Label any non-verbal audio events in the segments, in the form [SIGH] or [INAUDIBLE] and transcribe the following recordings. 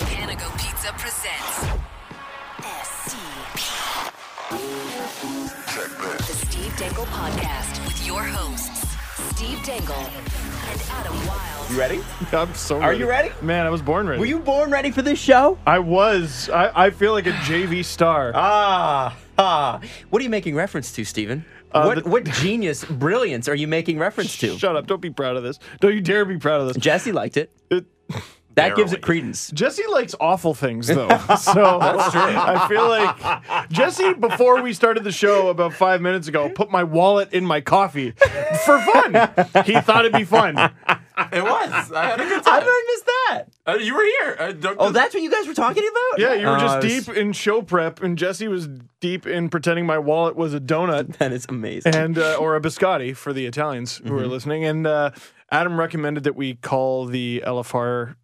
Gonna Go Pizza presents SCP. The Steve Dangle Podcast with your hosts, Steve Dangle and Adam Wild. You ready? I'm so Are you ready? Man, I was born ready. Were you born ready for this show? I was. I, I feel like a JV star. Ah, ah. What are you making reference to, Stephen? Uh, what, the- what genius, brilliance are you making reference to? Shut up. Don't be proud of this. Don't you dare be proud of this. Jesse liked it. It- That gives it credence. Jesse likes awful [LAUGHS] things, though. So That's true. I feel like Jesse, before we started the show about five minutes ago, put my wallet in my coffee for fun. He thought it'd be fun. It [LAUGHS] was. I had a good How time. did I miss that? Uh, you were here. Uh, don't- Oh, that's what you guys were talking about? Yeah, you were Oh, just I was- deep in show prep, and Jesse was deep in pretending my wallet was a donut. [LAUGHS] That is amazing. and uh, or a biscotti for the Italians who Mm-hmm. are listening. And uh, Adam recommended that we call the LFR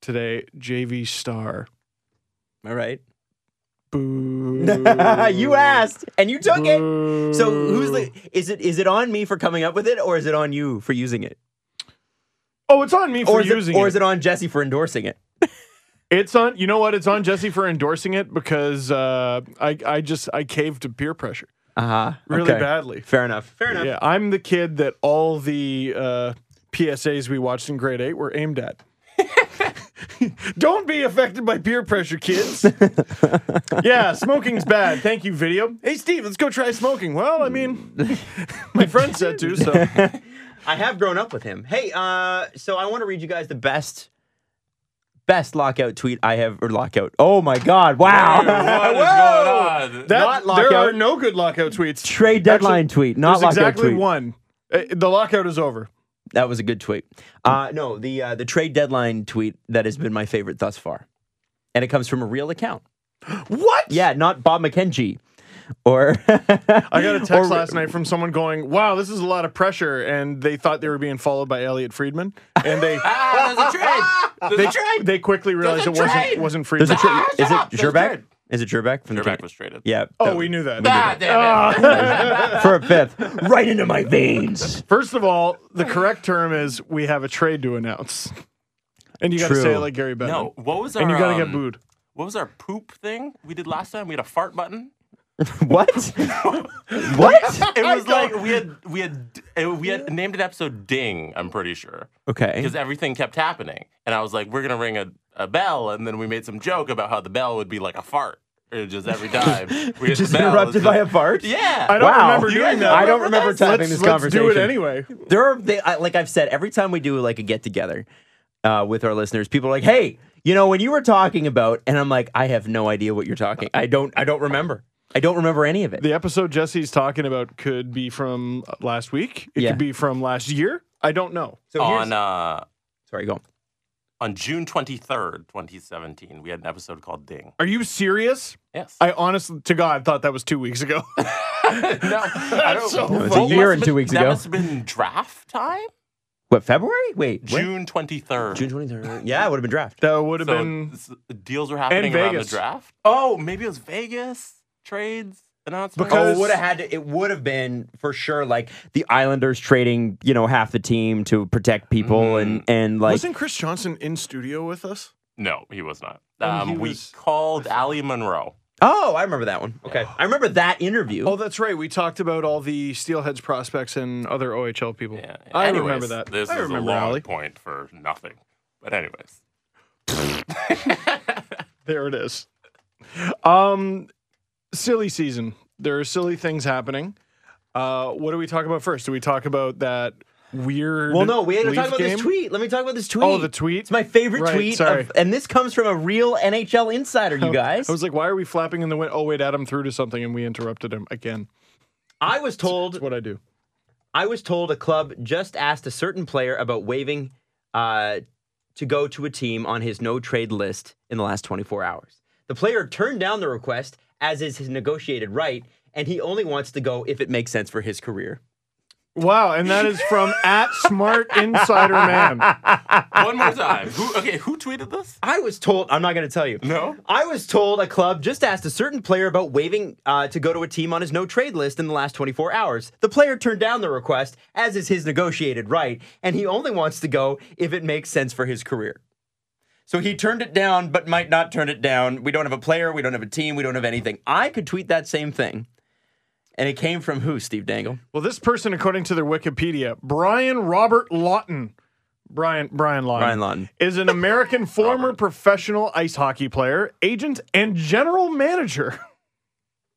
today JV Star. All right. Boo! [LAUGHS] you asked and you took it. So who's Boo. the is it is it on me for coming up with it or is it on you for using it? Oh, it's on me for Or is it using or is it on Jesse for endorsing it? It's on. You know what? It's on Jesse for endorsing it because uh, I I just I caved to peer pressure Uh-huh. really okay. badly. Fair enough. Fair enough. [LAUGHS] Yeah, I'm the kid that all the uh, PSAs we watched in grade eight were aimed at. [LAUGHS] Don't be affected by peer [LAUGHS] pressure, kids. yeah, smoking's bad. Thank you, video. Hey, Steve, let's go try smoking. Well, I mean, [LAUGHS] my friend said to, so I have grown up with him. Hey, uh, so I want to read you guys the best, best lockout tweet I have or lockout. Oh my God! Wow. [LAUGHS] Dude, what is Oh! going on? that, Not lockout. there are no good lockout tweets. Trade deadline tweet, not There's lockout exactly tweet. one. Uh, The lockout is over. That was a good tweet. Uh, no, the uh, the trade deadline tweet that has been my favorite thus far, and it comes from a real account. What? Yeah, not Bob McKenzie, or [LAUGHS] I got a text Or- last night from someone going, "Wow, this is a lot of pressure," and they thought they were being followed by Elliot Friedman, and they [LAUGHS] Ah, [LAUGHS] there's a trade. There's a trade. they quickly realized it There's a wasn't trade. wasn't there's Friedman. a tra- Ah, is shut it up, there's a Jerbeck? trade. Is it Jerbeck from Your Trade- back was traded. Yeah. Oh, that- [LAUGHS] we knew that. Ah, damn it. for a fifth, right into my veins. First of all, the correct term is we have a trade to announce, and you got to True. say it like Gary Bettman. [LAUGHS] No. What was our? and you got to get um, booed. What was our poop thing we did last time? We had a [LAUGHS] fart button. What? [LAUGHS] what? It was like we had we had uh, we had named an episode Ding. I'm pretty sure Okay. [LAUGHS] because everything kept happening, and I was like, we're gonna ring a, a bell, and then we made some joke about how the bell would be like a fart. It was just every time [LAUGHS] we hit just the bell, it's interrupted by a just- fart. Yeah. I don't Wow. remember You doing guys that. don't I don't remember remember this? having Let's, this let's conversation. do it anyway. There are, they, I, like I've said, every time we do like a get together uh, with our listeners, people are like, "Hey, you know, when you were talking about," and I'm like, "I have no idea what you're talking. I don't. I don't remember. I don't remember any of it." The episode Jesse's talking about could be from last week. It Yeah. could be from last year. I don't know. So here's- on uh, sorry, go. on. on June 23rd, 2017, we had an episode called Ding. Are you serious? Yes. I honestly, to God, thought that was two weeks ago. [LAUGHS] no, I don't, so What It's a must year have and been- two weeks that ago. must have been draft time? What February? Wait, when? June 23rd. June 23rd. Yeah, it would have been draft. that would have [LAUGHS] so been s- deals were happening And around Vegas. the draft. Oh, maybe it was Vegas trades announcement. Because- Oh, would have had to, it would have been for sure like the Islanders trading, you know, half the team to protect people and and like Mm-hmm. Wasn't Chris Johnson in studio with us? no, he was not. And Um, Oh, he we was- called Ali Monroe. Oh, I remember that one. Okay. I remember that interview. Oh, that's right. We talked about all the Steelheads prospects and other OHL people. Yeah. I Anyways, remember that. This I is remember a long Allie. point for nothing. But anyways, There it is. Um, silly season. There are silly things happening. Uh, what do we talk about first? Do we talk about that weird? well, no, we had to Leaf talk about game? this tweet. Let me talk about this tweet. Oh, the tweet. It's my favorite Right, tweet, sorry. of, and this comes from a real NHL insider, you guys. I was like, why are we flapping in the wind? Oh wait, Adam threw to something and we interrupted him again. I was That's told what I do. I was told a club just asked a certain player about waiving uh, to go to a team on his no trade list in the last 24 hours. The player turned down the request, as is his negotiated right, and he only wants to go if it makes sense for his career. Wow, and that is [LAUGHS] from at Smart Insider Man. one more time. Who, okay, who tweeted this? I was told, I'm not going to tell you. No? I was told a club just asked a certain player about waiving uh, to go to a team on his no trade list in the last 24 hours. The player turned down the request, as is his negotiated right, and he only wants to go if it makes sense for his career. So he turned it down, but might not turn it down. We don't have a player. We don't have a team. We don't have anything. I could tweet that same thing. And it came from who, Steve Dangle? Well, this person, according to their Wikipedia, Brian Robert Lawton, Brian Brian Lawton, Brian Lawton. is [LAUGHS] an American former professional ice hockey player, agent, and general manager. [LAUGHS]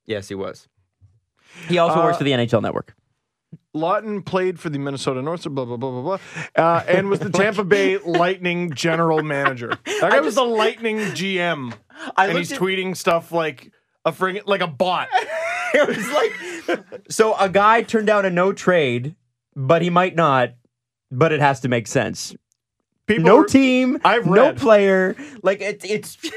Yes, he was. He also works for the NHL Network. Lawton played for the Minnesota North, blah blah blah blah blah, uh, [LAUGHS] and was the Tampa Bay Lightning general manager. That guy was the Lightning GM, [LAUGHS] I and looked he's at- tweeting stuff like a frig- like [LAUGHS] a bot. It was like, so a guy turned down a no trade, but he might not. But it has to make sense. People No are- team. I've no read. player. Like it, it's. [LAUGHS]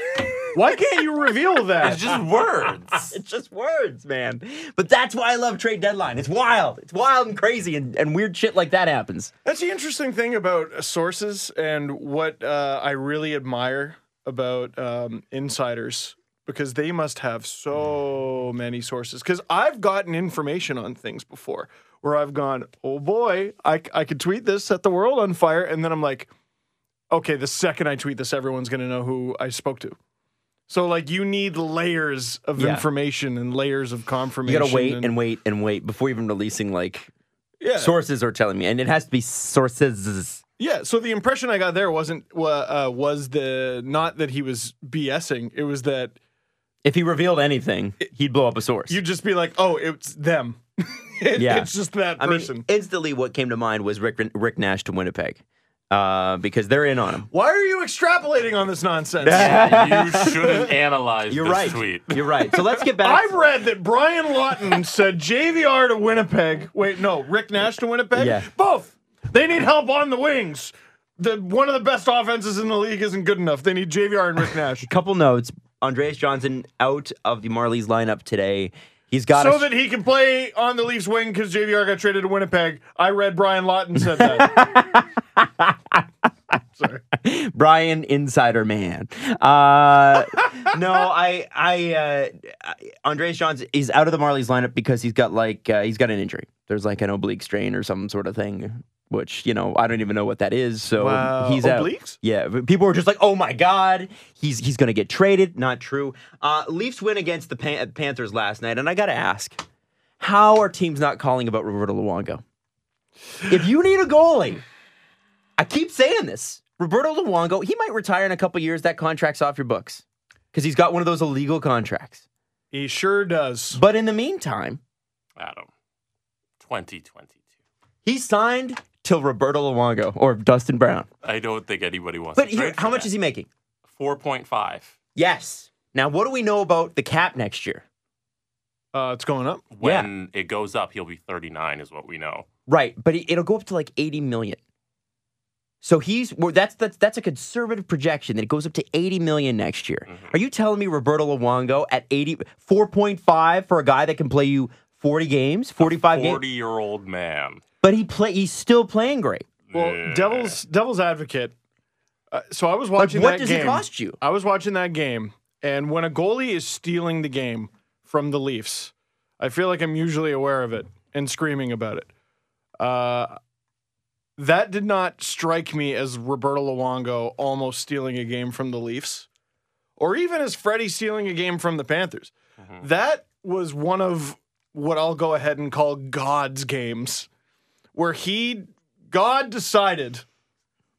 Why can't you reveal that? [LAUGHS] It's just words. It's just words, man. But that's why I love trade deadline. It's wild. It's wild and crazy, and, and weird shit like that happens. That's the interesting thing about uh, sources and what uh, I really admire about um, insiders because they must have so many sources. Because I've gotten information on things before where I've gone, oh boy, I, c- I could tweet this, set the world on fire. And then I'm like, okay, the second I tweet this, everyone's going to know who I spoke to. So, like, you need layers of Yeah. information and layers of You confirmation. gotta wait and wait and wait before even releasing like yeah. sources are telling me, and it has to be sources. Yeah, so the impression I got there wasn't wa- uh, was the not that he was BSing. It was that If he revealed anything, he'd blow up a source. you'd just be like, "Oh, it's them." [LAUGHS] It- Yeah. it's just that I mean, person. instantly, what came to mind was Rick Rick Nash to Winnipeg, uh, because they're in on him. Why are you extrapolating on this nonsense? [LAUGHS] you shouldn't analyze You're this right. tweet. You're right. So let's [LAUGHS] get back. I read that Brian Lawton said JVR to Winnipeg. Wait, no, Rick Nash to Winnipeg. Yeah. Both. They need help on the wings. The one of the best offenses in the league isn't good enough. They need JVR and Rick Nash [LAUGHS] couple notes. Andreas Johnson out of the Marlies lineup today. He's got so a that he can play on the Leafs wing because JVR got traded to Winnipeg. I read Brian Lawton said that. [LAUGHS] Brian Insider Man. Uh, no, I, I, uh, I- Andreas Johns is out of the Marlies lineup because he's got like uh, he's got an injury. There's like an oblique strain or some sort of thing, which you know I don't even know what that is. So Wow. he's out. Obliques? Yeah, but people were just like, "Oh my God, he's he's gonna get traded." Not true. Uh, Leafs win against the Pan- Panthers last night, and I gotta ask, how are teams not calling about Roberto Luongo? If you need a goalie, I keep saying this. Roberto Luongo, he might retire in a couple years. That contract's off your books because he's got one of those illegal contracts. he sure does. But in the meantime, Adam, 2022. he signed till Roberto Luongo or Dustin Brown. I don't think anybody wants But to here, how much is he making? 4.5. Yes. Now, what do we know about the cap next year? Uh, it's going up. When it goes up, he'll be 39, is what we know. Right, but it- it'll go up to like 80 million. So he's well, that's that's that's a conservative projection that it goes up to 80 million next year. Are you telling me Roberto Luongo at 80 4.5 for a guy that can play you 40 games, 45 40 games, year old man. but he play he's still playing great. Well, Yeah. devil's devil's advocate. Uh, so I was Like watching what that does game. it cost you? I was watching that game, and when a goalie is stealing the game from the Leafs, I feel like I'm usually aware of it and screaming about it. Uh, that did not strike me as Roberto Luongo almost stealing a game from the Leafs, or even as Freddie stealing a game from the Panthers. That was one of what I'll go ahead and call God's games, where he God decided,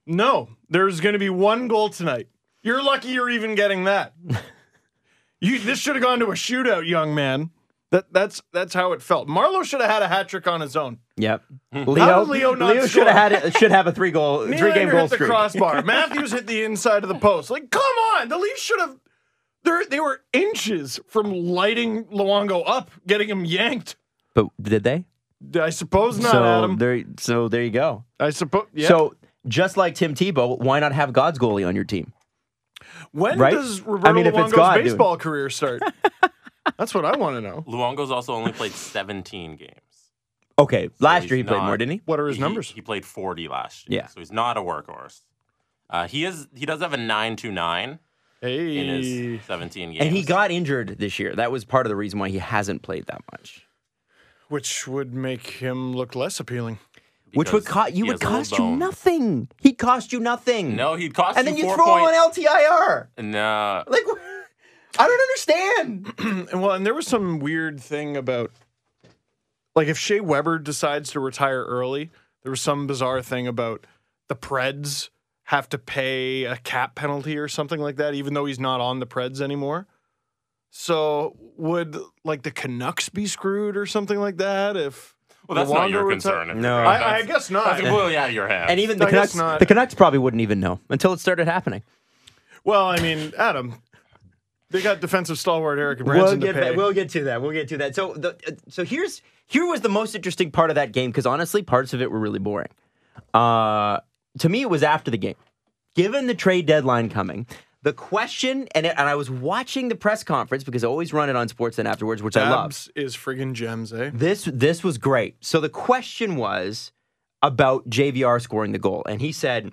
no, there's going to be one goal tonight. You're lucky you're even [LAUGHS] getting that. you this should have gone to a shootout, young man. That that's that's how it felt. Marlowe should have had a hat trick on his own. Yep. How Leo, did Leo not Leo should score? have had it, should have a three goal three game Nylander goal hit the streak. [LAUGHS] crossbar. Matthews hit the inside of the post. Like, come on, the Leafs should have. They they were inches from lighting Luongo up, getting him yanked. But did they? I suppose not, so Adam. there so there you go. I suppose. Yeah. So just like Tim Tebow, why not have God's goalie on your team? when right? does I Roberto mean, if it's Luongo's God doing- baseball [LAUGHS] career start? that's what I want to know. Luongo's also only played [LAUGHS] 17 games. Okay, last he's year he played not- more, didn't he? What are his He- numbers? He played 40 last year. Yeah. So he's not a workhorse. Uh, he is. He does have a 929 Hey, in his 17 games. And he got injured this year. That was part of the reason why he hasn't played that much. which would make him look less appealing. which would because cost you he would has a little cost you bone. nothing. He'd cost you nothing. No, he'd cost and you then you four throw point- him on LTIR. Nah, Like, [LAUGHS] I don't understand. And well, and there was some weird thing about like if Shea Weber decides to retire early, there was some bizarre thing about the Preds have to pay a cap penalty or something like that, even though he's not on the Preds anymore. So would like the Canucks be screwed or something like that if well, that's not Luongo your reti- concern. at the No. time. I, I That's- guess [LAUGHS] [LAUGHS] That's not. completely out of your hands. And even the I guess Canucks, not. the Canucks probably wouldn't even know until it started happening. Well, I mean, Adam, they got defensive stalwart Eric Branson we'll get to pay. back- we'll get to that. We'll get to that. So the, uh, so here's here was the most interesting part of that game because honestly, parts of it were really boring. Uh, to me, it was after the game, given the trade deadline coming. The question, and, it, and I was watching the press conference because I always run it on Sportsnet afterwards, which I love. Dabs is friggin' gems, eh? This this was great. So the question was about JVR scoring the goal, and he said,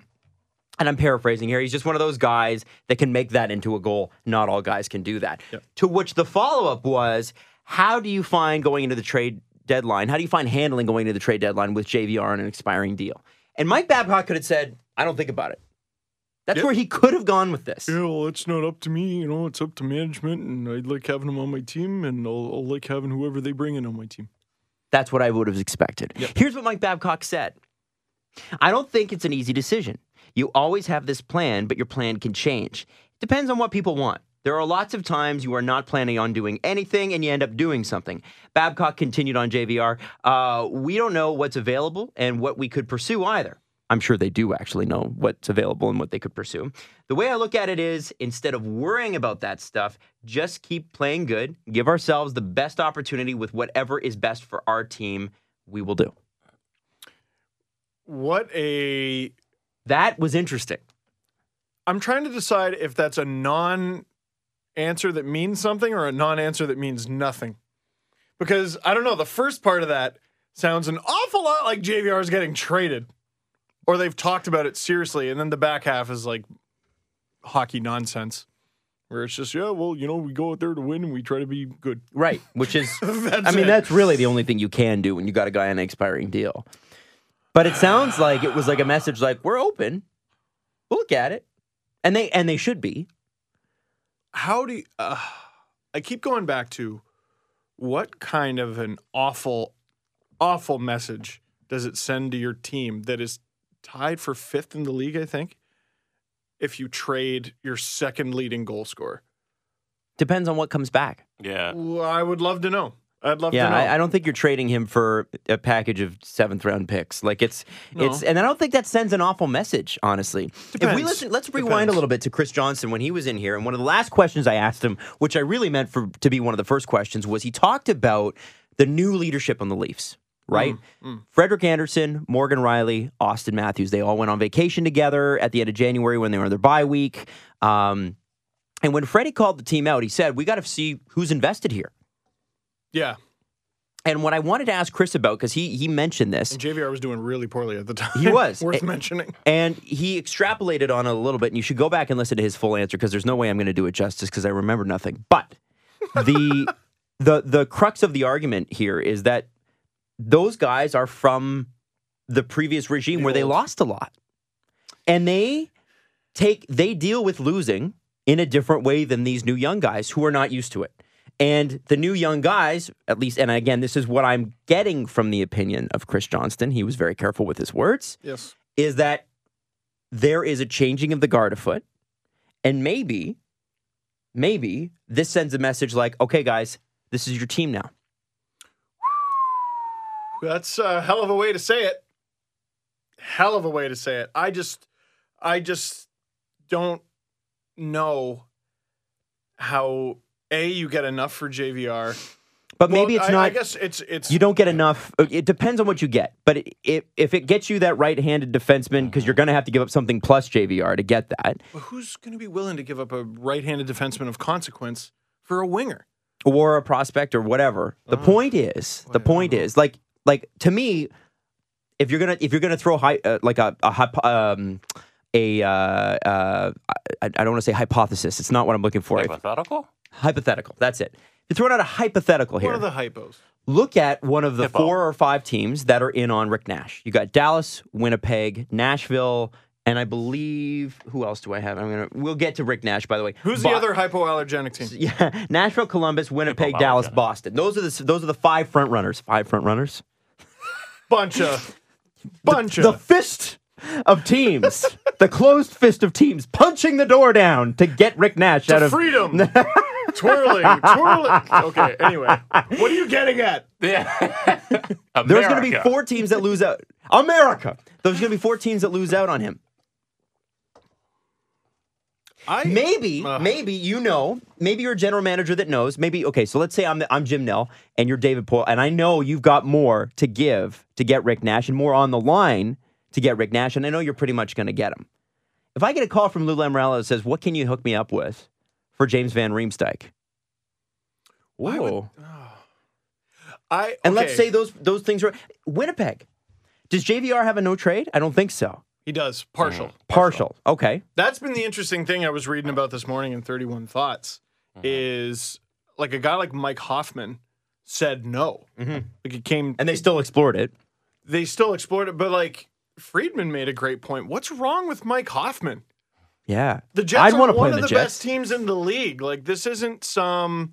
and I'm paraphrasing here, he's just one of those guys that can make that into a goal. Not all guys can do that. To which the follow up was, how do you find going into the trade deadline? How do you find handling going into the trade deadline with JVR on an expiring deal? And Mike Babcock could have said, I don't think about it. That's Yep. where he could have gone with this. Yeah, well, it's not up to me. You know, it's up to management, and I like having them on my team, and I'll, I'll like having whoever they bring in on my team. That's what I would have expected. Here's what Mike Babcock said I don't think it's an easy decision. You always have this plan, but your plan can change. It depends on what people want. There are lots of times you are not planning on doing anything and you end up doing something. Babcock continued on JVR. Uh, we don't know what's available and what we could pursue either. I'm sure they do actually know what's available and what they could pursue. The way I look at it is instead of worrying about that stuff, just keep playing good, give ourselves the best opportunity with whatever is best for our team, we will do. What a. That was interesting. I'm trying to decide if that's a non answer that means something or a non answer that means nothing. Because I don't know, the first part of that sounds an awful lot like JVR's getting traded or they've talked about it seriously. And then the back half is like hockey nonsense where it's just, yeah, well, you know, we go out there to win and we try to be good. Right. Which [LAUGHS] is, That's I mean, it. that's really the only thing you can do when you got a guy on an expiring deal. But it sounds like it was like a message like, we're open, we'll look at it. And they and they should be. how do you, uh, I keep going back to what kind of an awful, awful message does it send to your team that is tied for fifth in the league? I think if you trade your second leading goal scorer, Depends on what comes back. yeah. Well, I would love to know. I'd love Yeah, to know. I, I don't think you're trading him for a package of seventh round picks. Like it's it's, No. and I don't think that sends an awful message. Honestly, if we Depends. listen, let's rewind Depends. a little bit to Chris Johnson when he was in here, and one of the last questions I asked him, which I really meant for to be one of the first questions, was he talked about the new leadership on the Leafs. Right, Mm, Frederick Anderson, Morgan Riley, Austin Matthews. They all went on vacation together at the end of January when they were on their bye week. Um, and when Freddie called the team out, he said, "We got to see who's invested here." yeah, And what I wanted to ask Chris about, because he he mentioned this, and JVR was doing really poorly at the time. [LAUGHS] He was. worth It- mentioning. and he extrapolated on it a little bit, and you should go back and listen to his full answer because there's no way I'm going to do it justice because I remember nothing. But the the the crux of the argument here is that those guys are from the previous regime where they lost a lot, and they take they deal with losing in a different way than these new young guys who are not used to it. And the new young guys, at least, and again, this is what I'm getting from the opinion of Chris Johnston. He was very careful with his words Yes, is that there is a changing of the guard afoot. And maybe, maybe this sends a message like, okay, guys, this is your team now. that's a hell of a way to say it. Hell of a way to say it. I just, I just don't know how a you get enough for JVR. But maybe Well, it's I, not, I guess it's it's you don't get enough. It depends on what you get. But it, it, if it gets you that right handed defenseman, because you're going to have to give up something plus JVR to get that, But who's going to be willing to give up a right-handed defenseman of consequence for a winger? or a prospect or whatever. The Uh-huh. point is, the point is, like, like to me, if you're gonna if you're gonna throw high uh, like a a hypo- um a uh, uh I, I don't want to say hypothesis. It's not what I'm looking for. If- Hypothetical? hypothetical. That's it. You're throwing out a hypothetical One here. of the hypos. Look at one of the Hippo. four or five teams that are in on Rick Nash. You got Dallas, Winnipeg, Nashville, and I believe who else do I have? I'm gonna we'll get to Rick Nash by the way. Who's But- the other hypoallergenic team? Yeah, [LAUGHS] Nashville, Columbus, Winnipeg, Hippo Dallas, Mountain. Boston. Those are the s- those are the five front runners. Five front runners. Bunch of. [LAUGHS] Bunch the of. fist of teams, the closed fist of teams, punching the door down to get Rick Nash out to of. [LAUGHS] freedom. twirling, twirling. Okay, anyway. What are you getting at? Yeah. [LAUGHS] There's going to be America. four teams that lose out. America. There's going to be four teams that lose out on him. I Maybe, Ugh. maybe you know, maybe you're a general manager that knows. Maybe okay. So let's say I'm I'm Jim Nell and you're David Poyle, and I know you've got more to give to get Rick Nash and more on the line to get Rick Nash, and I know you're pretty much going to get him. If I get a call from Lou Lamorello that says, "What can you hook me up with for James Van Riemsdyk?" I would- Whoa. I And let's okay, say those those things are Winnipeg. Does JVR have a no trade? I don't think so. he does partial. Partial. Okay. That's been the interesting thing I was reading about this morning in 31 Thoughts is like a guy like Mike Hoffman said no. Like it came And they still explored it. they still explored it, but like Friedman made a great point. What's wrong with Mike Hoffman? Yeah. The Jets I'd are wanna play one of the the Jets. best teams in the league. Like this isn't some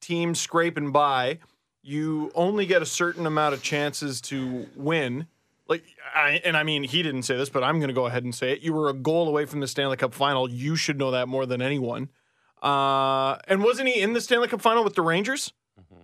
team scraping by. You only get a certain amount of chances to win. Like, I, and I mean, he didn't say this, but I'm going to go ahead and say it. You were a goal away from the Stanley Cup final. You should know that more than anyone. Uh, and wasn't he in the Stanley Cup final with the Rangers?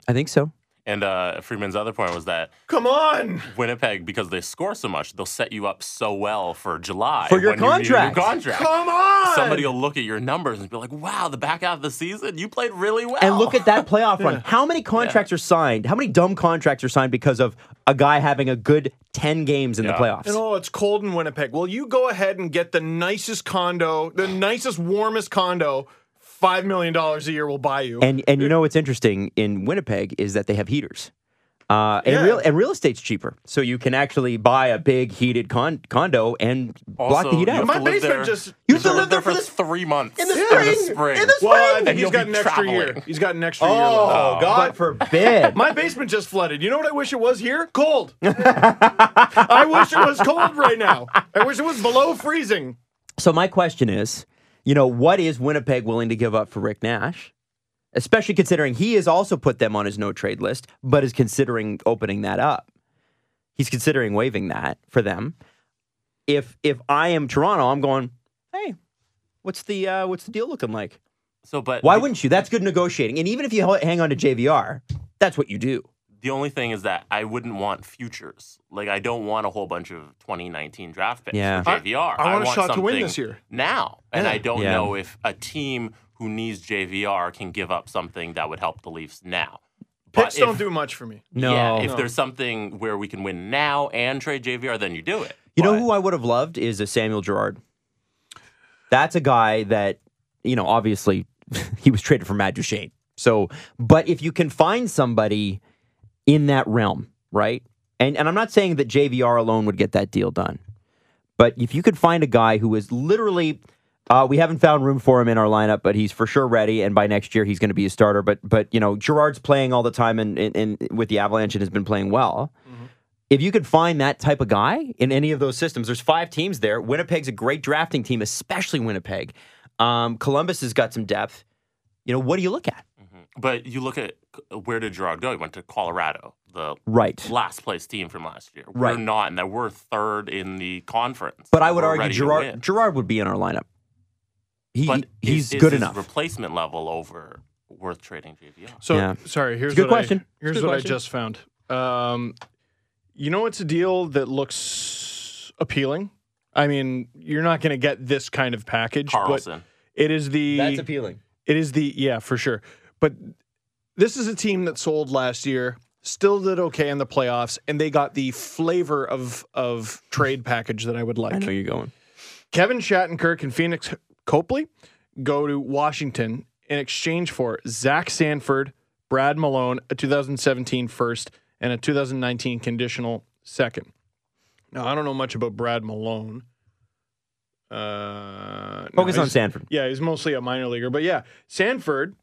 I think so. And uh, Freeman's other point was that Come on. Winnipeg, because they score so much, they'll set you up so well for July For your when you need a new contract. contract. Come on. Somebody will look at your numbers and be like, "Wow, the back half of the season, you played really well." And [LAUGHS] look at [LAUGHS] that playoff run. How many contracts are signed? How many dumb contracts are signed because of a guy having a good 10 games in Yeah. the playoffs? And oh, it's cold in Winnipeg. Well, you go ahead and get the nicest condo, the nicest, warmest condo. Five million dollars a year will buy you. and and you know what's interesting in Winnipeg is that they have heaters. Uh, and Yeah. real and real estate's cheaper, so you can actually buy a big heated con- condo and block the heat you out. have My to live basement there- just- You have to live there for this- three months in the spring, spring. in the spring. well, I think And he's you'll got be an extra year. traveling. He's got an extra year. oh left. God [LAUGHS] forbid! My basement just flooded. You know what I wish it was here? [LAUGHS] Cold. I wish it was cold right now. I wish it was below freezing. So my question is, you know, what is Winnipeg willing to give up for Rick Nash? Especially considering he has also put them on his no trade list, but is considering opening that up. He's considering waiving that for them. If if I am Toronto, I'm going, hey, what's the uh, what's the deal looking like? So, but Why the- wouldn't you? That's good negotiating. And even if you h- hang on to JVR, that's what you do. the only thing is that I wouldn't want futures. Like I don't want a whole bunch of 2019 draft picks Yeah. for JVR. I- I want a shot to win something this year. now, and I don't Yeah. know if a team who needs JVR can give up something that would help the Leafs now. But Picks if- don't do much for me. No. Yeah, if there's something where we can win now and trade JVR, then you do it. You know But- who I would have loved is a Samuel Gerard. That's a guy that, you know, obviously [LAUGHS] he was traded for Matt Duchene. So, but if you can find somebody in that realm, right? And and I'm not saying that JVR alone would get that deal done. But if you could find a guy who is literally uh, we haven't found room for him in our lineup, but he's for sure ready, and by next year he's going to be a starter. But but you know Gerard's playing all the time, and, and, and with the Avalanche and has been playing well if you could find that type of guy in any of those systems, there's five teams there. Winnipeg's a great drafting team, especially Winnipeg. Um, Columbus has got some depth. You know, what do you look at? But you look at where did Gerard go? He went to Colorado, the Right. last place team from last year. Right. We're not, and that we're third in the conference. But I would We're argue ready to Gerard win. Gerard would be in our lineup. He, But he's is, is good his enough. Replacement level over worth trading JVR. So Yeah. sorry. Here's It's a good what I- question. here's It's a good what question. I just found. Um, you know, it's a deal that looks appealing. I mean, you're not going to get this kind of package. Carlson. But it is the appealing. it is the yeah for sure. But this is a team that sold last year, still did okay in the playoffs, and they got the flavor of of trade package that I would like. I know you're going. Kevin Shattenkirk and Phoenix Copley go to Washington in exchange for Zach Sanford, Brad Malone, a 2017 first, and a 2019 conditional second. Now, I don't know much about Brad Malone. Uh, no, Focus on he's- Sanford. yeah, he's mostly a minor leaguer. But yeah, Sanford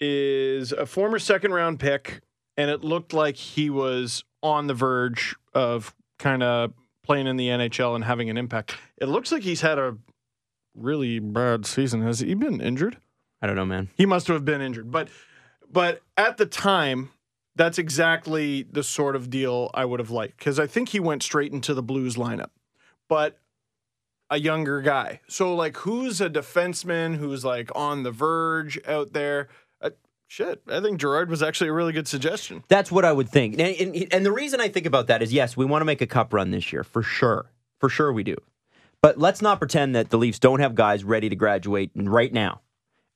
is a former second round pick and it looked like he was on the verge of kind of playing in the NHL and having an impact. It looks like he's had a really bad season. Has he been injured? I don't know, man. He must have been injured, but but at the time, that's exactly the sort of deal I would have liked because I think he went straight into the Blues lineup, but a younger guy. So like, who's a defenseman who's like on the verge out there? Uh, shit, I think Gerard was actually a really good suggestion. That's what I would think. And, and, and the reason I think about that is yes, we want to make a cup run this year, for sure. For sure we do. But let's not pretend that the Leafs don't have guys ready to graduate right now.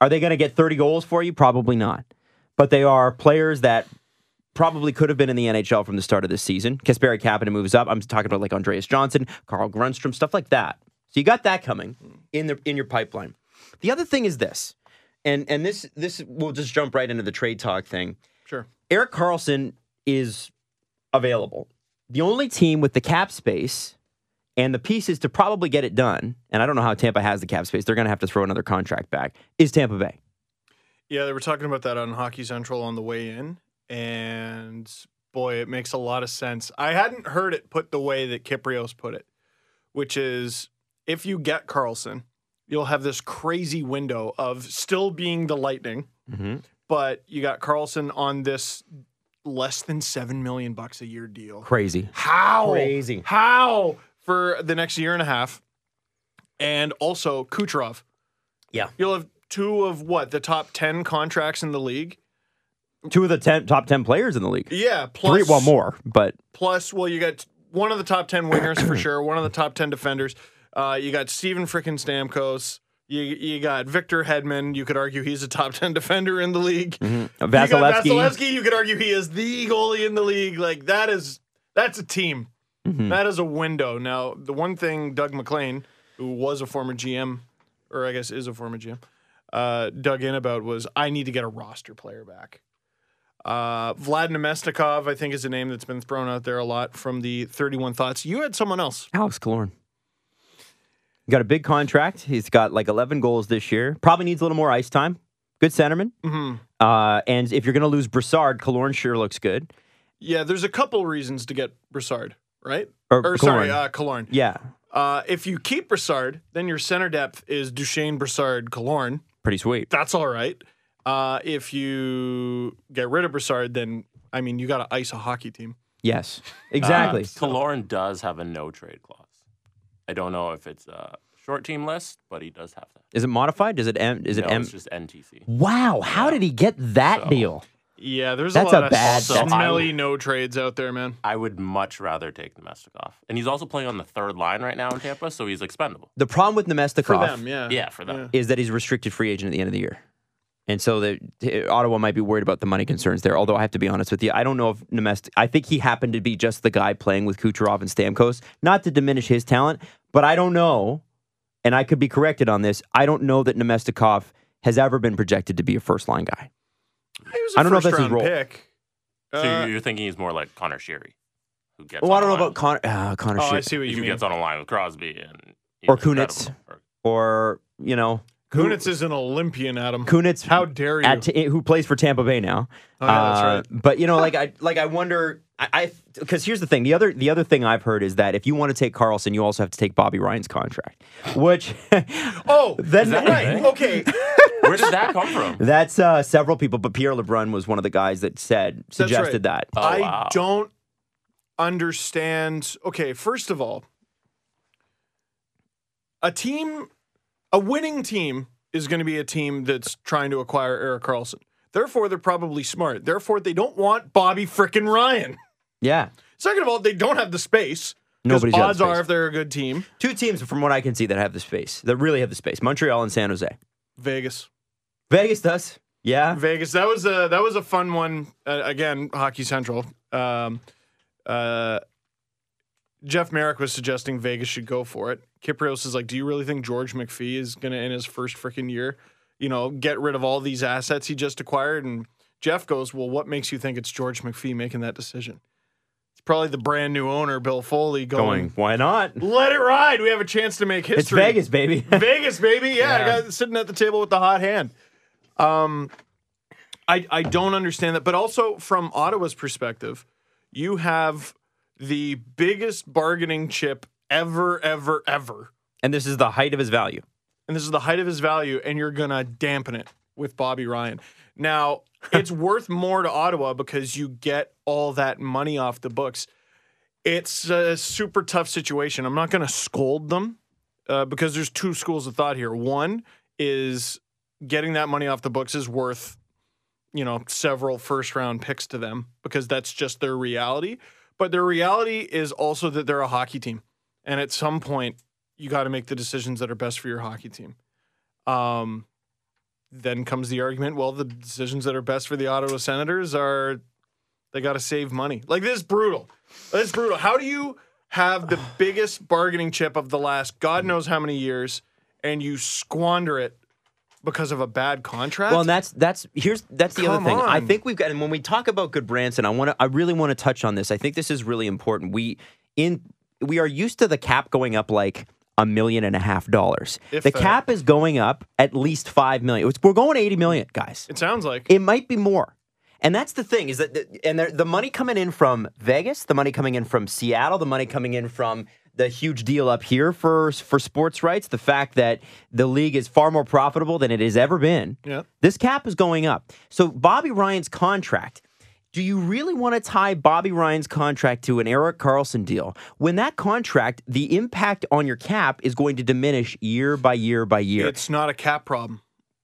Are they going to get 30 goals for you? Probably not. But they are players that probably could have been in the NHL from the start of this season. Kasperi Kapanen moves up. I'm talking about like Andreas Johnson, Carl Grunstrom, stuff like that. So you got that coming in the in your pipeline. The other thing is this, and and this this we'll just jump right into the trade talk thing. Sure. Eric Carlson is available. The only team with the cap space and the pieces to probably get it done, and I don't know how Tampa has the cap space. They're going to have to throw another contract back. Is Tampa Bay? Yeah, they were talking about that on Hockey Central on the way in, and boy, it makes a lot of sense. I hadn't heard it put the way that Kiprios put it, which is if you get Carlson, you'll have this crazy window of still being the Lightning, Mm-hmm. but you got Carlson on this less than seven million bucks a year deal. Crazy. How Crazy. How for the next year and a half, and also Kucherov. Yeah. you'll have two of what the top ten contracts in the league. Two of the ten, top ten players in the league. Yeah, plus Three, well, more, but plus well you got one of the top 10 wingers [CLEARS THROAT] for sure one of the top 10 defenders uh, you got steven frickin stamkos you, you got victor hedman you could argue he's a top [LAUGHS] 10 defender in the league you got Vasilevsky. Vasilevsky, you could argue he is the goalie in the league like that is that's a team That is a window now the one thing doug mclean who was a former gm or i guess is a former gm uh, dug in about was i need to get a roster player back uh, Vlad Nemestikov, I think, is a name that's been thrown out there a lot from the 31 Thoughts. You had someone else. Alex Kalorn. Got a big contract. He's got like 11 goals this year. Probably needs a little more ice time. Good centerman. Mm-hmm. Uh, and if you're going to lose Broussard, Kalorn sure looks good. Yeah, there's a couple reasons to get Broussard, right? Or sorry, Killorn. uh, Killorn. Yeah, Uh, if you keep Broussard, then your center depth is Duchesne, Broussard, Kalorn. pretty sweet. That's all right. Uh, if you get rid of Broussard, then, I mean, you got to ice a hockey team. Yes, exactly. Uh, Killorn does have a no trade clause. I don't know if it's a short team list, but he does have that. is it modified? Does it M? Is it no, M? it's just NTC. wow, how did he get that So- deal? Yeah, there's That's a lot a of bad- that's- smelly no trades out there, man. I would much rather take Nemestikov. And he's also playing on the third line right now in Tampa, so he's expendable. The problem with For Nemestikov them, yeah. Yeah, for them. is that he's a restricted free agent at the end of the year. And so the, t- Ottawa might be worried about the money concerns there. Although I have to be honest with you, I don't know if Nemestik. I think he happened to be just the guy playing with Kucherov and Stamkos. Not to diminish his talent, but I don't know, and I could be corrected on this. I don't know that Nemestikov has ever been projected to be a first line guy. He was a I don't know if that's his first-round role. Pick. So Uh, you're- you're thinking he's more like Connor Sherry, who gets. Well, I on don't know a line- about Connor, uh, Connor Oh, I Sherry see what you who mean. gets on a line with Crosby and he's Or Kunitz. incredible. Or- or you know Kunitz is an Olympian, Adam. Kunitz How dare you? at t- who plays for Tampa Bay now. Uh, Oh, yeah, that's right. But you know, like I like I wonder. I because here's the thing. The other the other thing I've heard is that if you want to take Carlson, you also have to take Bobby Ryan's contract, [LAUGHS] which oh, then that [LAUGHS] right. right? Okay. Where did that come from? that's uh, several people. But Pierre LeBrun was one of the guys that said right. Uh, suggested that. Oh, I wow. don't understand. Okay, first of all, a team, a winning team is going to be a team that's trying to acquire Eric Carlson. Therefore, they're probably smart. Therefore, they don't want Bobby frickin' Ryan. [LAUGHS] Yeah, Second of all, they don't have the space. 'Cause Nobody's got the odds are space. if they're a good team, two teams from what I can see that have the space that really have the space: Montreal and San Jose. Vegas. Vegas does. Yeah, Vegas. That was a that was a fun one. Uh, again, Hockey Central. Um, uh, Jeff Merrick was suggesting Vegas should go for it. Kiprios is like, do you really think George McPhee is gonna in his first freaking year, you know, get rid of all these assets he just acquired? And Jeff goes, well, what makes you think it's George McPhee making that decision? It's probably the brand new owner, Bill Foley, going. going. Why not? Let it ride. We have a chance to make history. It's Vegas, [LAUGHS] baby. Vegas, baby. Yeah, Yeah. I got sitting at the table with the hot hand. Um, I, I don't understand that. But also from Ottawa's perspective, you have the biggest bargaining chip ever, ever, ever. And this is the height of his value. And this is the height of his value, and you're gonna dampen it with Bobby Ryan. Now, it's worth more to Ottawa because you get all that money off the books. It's a super tough situation. I'm not gonna scold them uh, because there's two schools of thought here. One is getting that money off the books is worth you know several first round picks to them because that's just their reality but their reality is also that they're a hockey team and at some point you got to make the decisions that are best for your hockey team um, then comes the argument well the decisions that are best for the ottawa senators are they got to save money like this is brutal this is brutal how do you [SIGHS] have the biggest bargaining chip of the last god knows how many years and you squander it because of a bad contract Well, and that's that's here's that's the other Come thing. I on. think we've got and when we talk about good Branson, I want to I really want to touch on this. I think this is really important. We in we are used to the cap going up like a million and a half dollars. If the that. cap is going up at least five million. It's- We're going to eighty million, guys. it sounds like It might be more. And that's the thing is that the, and the, the money coming in from Vegas, the money coming in from Seattle, the money coming in from the huge deal up here for for sports rights, the fact that the league is far more profitable than it has ever been. Yeah. This cap is going up. So Bobby Ryan's contract do you really want to tie Bobby Ryan's contract to an Eric Carlson deal when that contract, the impact on your cap is going to diminish year by year by year? It's not a cap problem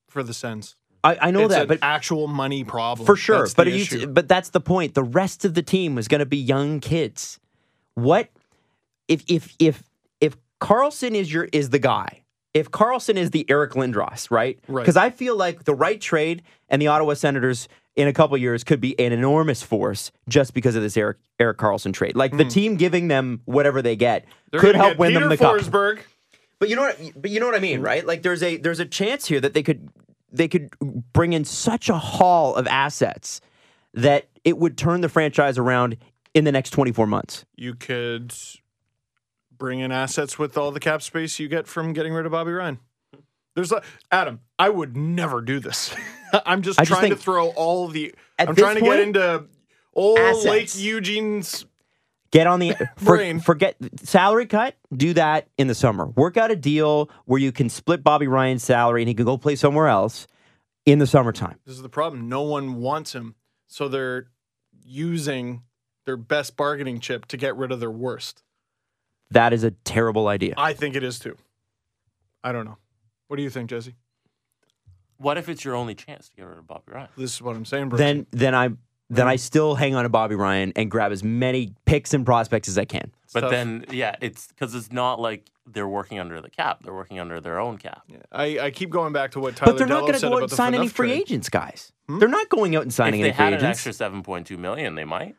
for the Sens. I, I know it's that, an but actual money problem for sure. That's But the if you, issue. but that's the point. The rest of the team was going to be young kids. What if if if if Carlson is your is the guy? If Carlson is the Eric Lindros, right? Right. Because I feel like the right trade and the Ottawa Senators in a couple years could be an enormous force just because of this Eric Eric Carlson trade. Like the team giving them whatever they get Hmm. They're could gonna help get win Peter them the cup. Forsberg. But you know what? But you know what I mean, right? Like there's a there's a chance here that they could they could bring in such a haul of assets that it would turn the franchise around in the next 24 months. You could bring in assets with all the cap space you get from getting rid of Bobby Ryan. There's a, Adam. I would never do this. [LAUGHS] I'm just I just trying to think- throw all the. At I'm this trying to point, get into old Lake assets. Eugene's. Get on the for, Brain. forget salary cut. Do that in the summer. Work out a deal where you can split Bobby Ryan's salary and he can go play somewhere else in the summertime. This is the problem. No one wants him, so they're using their best bargaining chip to get rid of their worst. That is a terrible idea. I think it is too. I don't know. What do you think, Jesse? What if it's your only chance to get rid of Bobby Ryan? This is what I'm saying, bro. Then then I then I still hang on to Bobby Ryan and grab as many picks and prospects as I can. But tough. then, yeah, it's because it's not like they're working under the cap; they're working under their own cap. I, I keep going back to what Tyler But they're not Dello going to said go out about and the sign any FNUF free trade. Hmm? agents, guys. They're not going out and If signing they any free had an agents. extra seven point two million, [SIGHS] they might.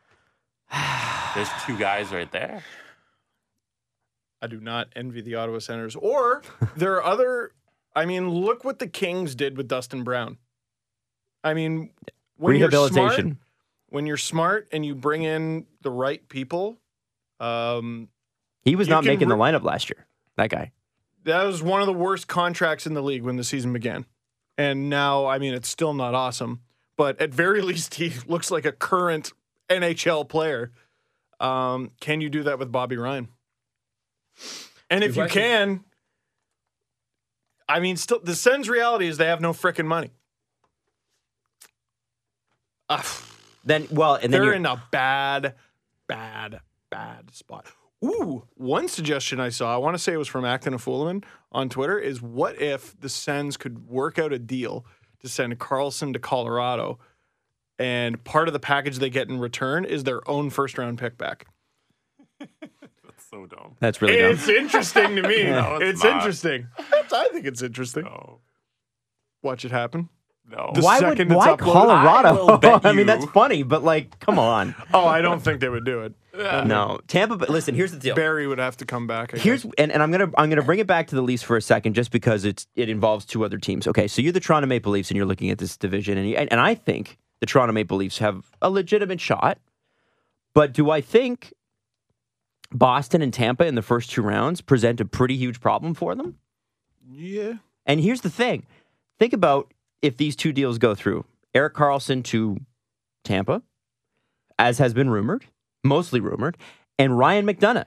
There's two guys right there. I do not envy the Ottawa [LAUGHS] Senators. Or there are other. I mean, look what the Kings did with Dustin Brown. I mean, when You're smart, Rehabilitation. when you're smart and you bring in the right people, um, He was You not can making the re- lineup last year. That guy. that was one of the worst contracts in the league when the season began. And now, I mean, it's still not awesome, but at very [LAUGHS] least, he looks like a current NHL player. Um, can you do that with Bobby Ryan? And if Good you can, I mean, still, the Sens' reality is they have no frickin' money. Ah, Then well, and then they're you're, in a bad, bad, bad spot. Ooh, one suggestion I saw, I want to say it was from Acton Fooleman on Twitter, is what if the Sens could work out a deal to send Carlson to Colorado and part of the package they get in return is their own first round pick back? That's so dumb. that's really dumb. It's [LAUGHS] interesting to me. No, it's it's not. interesting. That's- I think it's interesting. No, Watch it happen. no. The Why second would it's why uploaded, Colorado? [LAUGHS] will bet mean, that's you. funny, but like, come [LAUGHS] on. Oh, I don't think they would do it. [LAUGHS] no, Tampa. But listen, here's the deal. Barry would have to come back. I guess. Here's and, and I'm gonna I'm gonna bring it back to the Leafs for a second, just because it's it involves two other teams. Okay, so you're the Toronto Maple Leafs, and you're looking at this division, and you, and, and I think the Toronto Maple Leafs have a legitimate shot, but do I think Boston and Tampa in the first two rounds present a pretty huge problem for them? yeah. And here's the thing: think about if these two deals go through. Eric Carlson to Tampa, as has been rumored, mostly rumored, and Ryan McDonough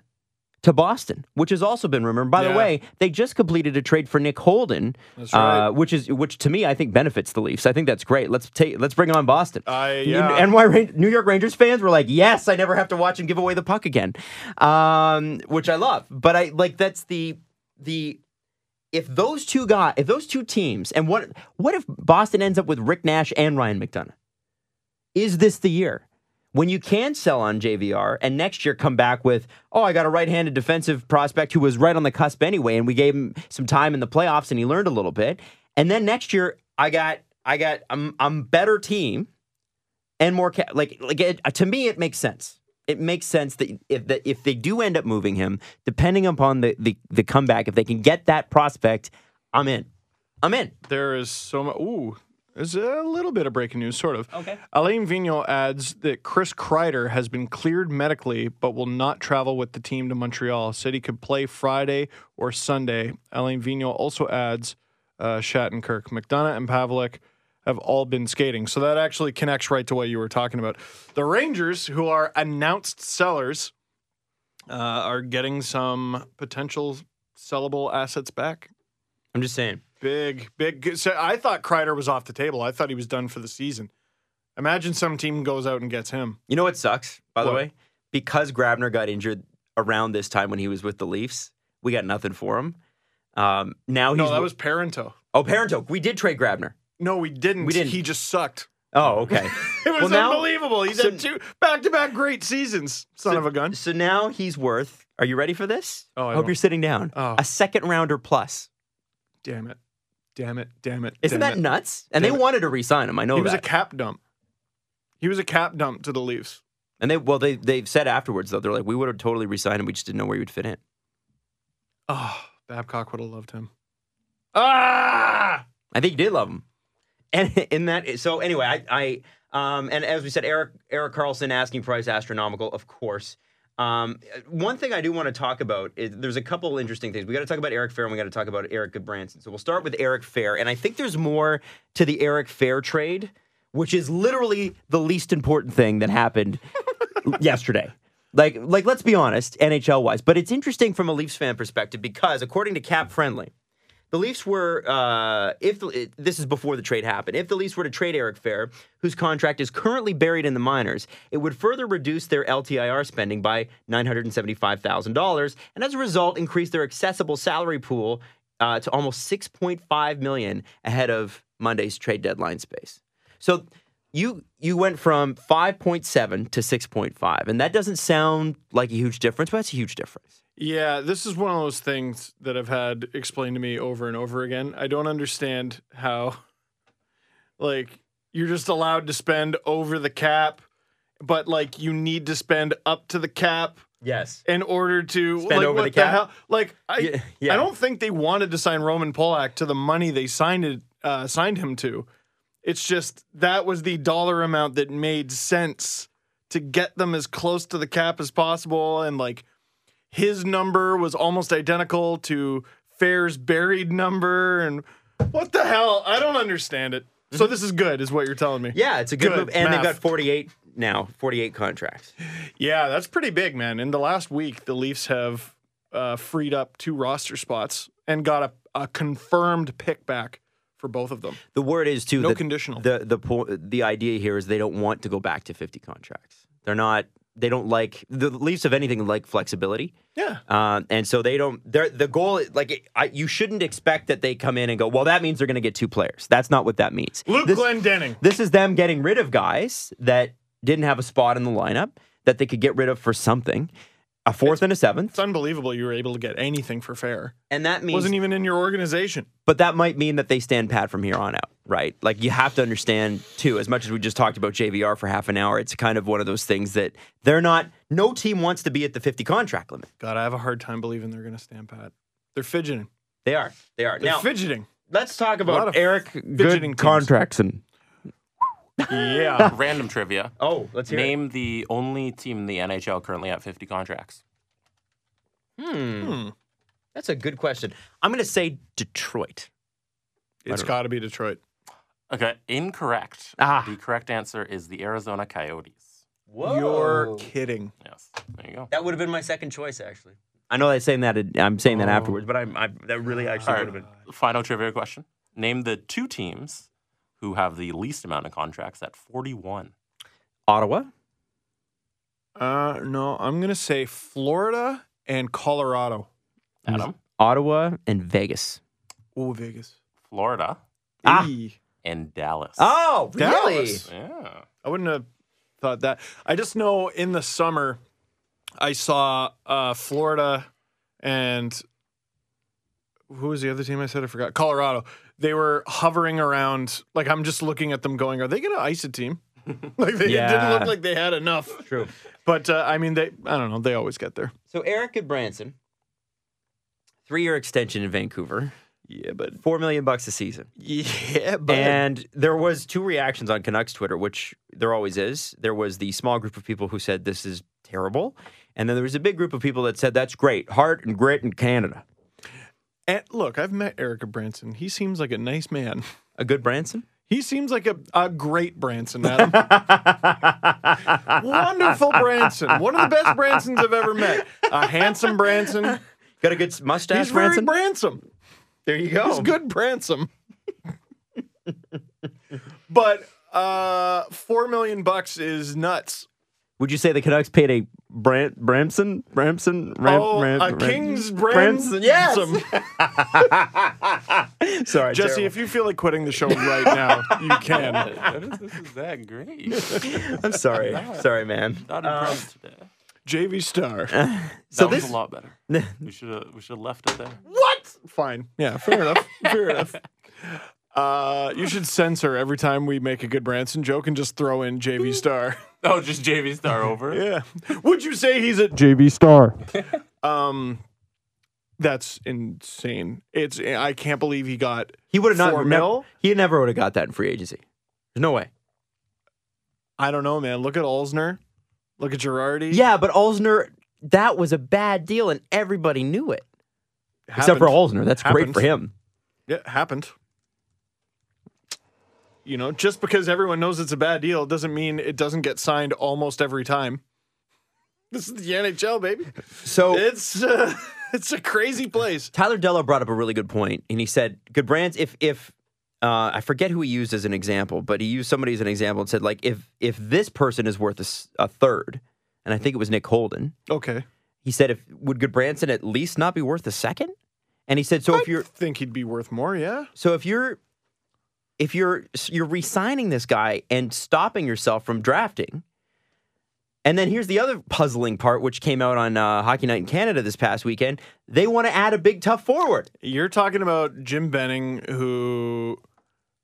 to Boston, which has also been rumored. By the Yeah. way, they just completed a trade for Nick Holden, That's right. uh, which is which to me I think benefits the Leafs. I think that's great. Let's take let's bring on Boston. I- You- yeah. NY Ran- New York Rangers fans were like, "Yes, I never have to watch him give away the puck again," um, which I love. But I like that's the the if those two got if those two teams and what what if Boston ends up with Rick Nash and Ryan McDonough? Is this the year when you can sell on JVR and next year come back with oh I got a right-handed defensive prospect who was right on the cusp anyway and we gave him some time in the playoffs and he learned a little bit and then next year I got I got I'm I'm better team and more ca- like like it, to me it makes sense. It makes sense that if that if they do end up moving him, depending upon the, the the comeback, if they can get that prospect, I'm in. I'm in. There is so much. Ooh, there's a little bit of breaking news, sort of. Okay. Alain Vigneault adds that Chris Kreider has been cleared medically, but will not travel with the team to Montreal. Said he could play Friday or Sunday. Alain Vigneault also adds uh, Shattenkirk, McDonough, and Pavlik have all been skating. So that actually connects right to what you were talking about. The Rangers, who are announced sellers, uh, are getting some potential sellable assets back. I'm just saying. Big, big. So I thought Kreider was off the table. I thought he was done for the season. Imagine some team goes out and gets him. You know what sucks, by the What? way? Because Grabner got injured around this time when he was with the Leafs, we got nothing for him. Um, now he's No, that was Parento. oh Parento. We did trade Grabner. No, we didn't. We didn't. He just sucked. Oh, [LAUGHS] okay. [LAUGHS] It was Well, now- unbelievable. He's had two back-to-back great seasons. Son of a gun. So now he's worth. Are you ready for this? Oh, I hope don't- you're sitting down. Oh. A second rounder plus. Damn it. Damn it. Damn it. Isn't damn that it. nuts? And Damn they it. wanted to re-sign him. I know He that. was a cap dump. He was a cap dump to the Leafs. and they well they they've said afterwards though they're like we would have totally re-signed him. We just didn't know where he would fit in. Oh, Babcock would have loved him. Ah! I think he did love him. And [LAUGHS] in that, so anyway, I, I um, and as we said, Eric Eric Carlson asking price astronomical, of course. Um, one thing I do want to talk about is there's a couple interesting things. We got to talk about Eric Fair and we got to talk about Eric Branson. So we'll start with Eric Fair, and I think there's more to the Eric Fair trade, which is literally the least important thing that happened [LAUGHS] yesterday. Like, like let's be honest, NHL wise. But it's interesting from a Leafs fan perspective because according to Cap Friendly, the Leafs were, uh, if the, it- this is before the trade happened, if the Leafs were to trade Eric Fair, whose contract is currently buried in the minors, it would further reduce their LTIR spending by $975,000, and as a result, increase their accessible salary pool uh, to almost 6.5 million ahead of Monday's trade deadline space. So you you went from 5.7 to 6.5, and that doesn't sound like a huge difference, but it's a huge difference. Yeah, this is one of those things that I've had explained to me over and over again. I don't understand how, like, you're just allowed to spend over the cap, but like you need to spend up to the cap Yes. in order to Spend like, over what the cap? hell? Like, I Yeah, yeah. I don't think they wanted to sign Roman Polak to the money they signed it uh, signed him to. It's just that was the dollar amount that made sense to get them as close to the cap as possible, and like his number was almost identical to Fair's buried number, and what the hell? I don't understand it. So this is good, is what you're telling me. Mm-hmm. Yeah, it's a good, Good move. And they've math. got 48 now, 48 contracts. Yeah, that's pretty big, man. In the last week, the Leafs have uh, freed up two roster spots and got a, a confirmed pick back for both of them. The word is too No that conditional. The the po- the idea here is they don't want to go back to 50 contracts. They're not they don't like the Leafs of anything like flexibility. Yeah. Um, and so they don't. They're, the goal, is- like, it, I, you shouldn't expect that they come in and go. Well, that means they're going to get two players. That's not what that means. Luke This- Glendening. This is them getting rid of guys that didn't have a spot in the lineup that they could get rid of for something, a fourth and a seventh, It's unbelievable you were able to get anything for fair. and that means Wasn't even in your organization. but that might mean that they stand pat from here on out, right? Like you have to understand too, as much as we just talked about JVR for half an hour, it's kind of one of those things that they're not no team wants to be at the 50 contract limit. God, I have a hard time believing they're going to stamp at. They're fidgeting. They are. They are. They're Now fidgeting. let's talk lot about of Eric fidgeting good teams. contracts and [LAUGHS] Yeah. Random trivia. Oh, let's hear Name the only team in the NHL currently at 50 contracts. it. Hmm. That's a good question. I'm going to say Detroit. it's don't- got to be Detroit. Okay, incorrect. Ah. The correct answer is the Arizona Coyotes. Whoa. You're kidding. Yes, there you go. that would have been my second choice, actually. I know I'm saying that. I'm saying that afterwards, but I'm, I'm that really actually All right. would have been. Final trivia question. Name the two teams who have the least amount of contracts at 41. Ottawa. Uh, no, I'm gonna say Florida and Colorado. Mm-hmm. Adam, Ottawa and Vegas. Oh, Vegas. Florida, Ah. Eee. and Dallas. Oh, really? Dallas. Yeah. I wouldn't have thought that. I just know in the summer, I saw uh, Florida and who was the other team I said I forgot? Colorado. They were hovering around. Like I'm just looking at them, going, "Are they going to ice a team?" [LAUGHS] like they it didn't Yeah. look like they had enough. True. But uh, I mean, they. I don't know. They always get there. So Eric and Branson, three-year extension in Vancouver, Yeah, but four million bucks a season. yeah, but And there was two reactions on Canucks Twitter, which there always is. There was the small group of people who said this is terrible, and then there was a big group of people that said that's great, heart and grit and Canada. and look, I've met Erica Branson. He seems like a nice man. [LAUGHS] A good Branson. He seems like a, a great Branson, Adam. Wonderful Branson. One of the best Bransons I've ever met. A handsome Branson. Got a good s- mustache, He's Branson. Oh. very Branson. there you go. He's good Branson. but uh four million bucks is nuts. Would you say the Canucks paid a Bran- Bramson? Bramson? Ram- oh, Ram- a Ram- King's Branson. Yes. Sorry, Jesse, if you feel like quitting the show right now, you can. [LAUGHS] this is that great. Not I'm [LAUGHS] sorry. sorry, man. impressed today. JV Star. So that this was a lot better. we should have we should have left it there. What? Fine. Yeah, fair enough. Fair enough. Uh, you should censor every time we make a good Branson joke and just throw in JV Star. Oh, just JV Star over. [LAUGHS] Yeah. Would you say he's a JV star? [LAUGHS] um, that's insane. It's I can't believe he got. he would have not. Four nev- mil? he never would have got that in free agency. There's no way. I don't know, man. Look at Olsner. Look at Girardi. Yeah, but Olsner, that was a bad deal, and everybody knew it. Except Happened. for Olsner. That's great Happened. for him. Yeah, happened. You know, just because everyone knows it's a bad deal doesn't mean it doesn't get signed almost every time. [LAUGHS] This is the NHL, baby. So It's [LAUGHS] uh, it's a crazy place. Tyler Dello brought up a really good point, and he said, "Good brands. If if uh, I forget who he used as an example, but he used somebody as an example and said, like, if if this person is worth a, s- a third, and I think it was Nick Holden, Okay, he said, if would Good Branson at least not be worth a second? And he said, so if you you're think he'd be worth more? Yeah. so if you're if you're you're re-signing this guy and stopping yourself from drafting and then here's the other puzzling part which came out on uh, hockey night in canada this past weekend they want to add a big tough forward You're talking about Jim Benning, who,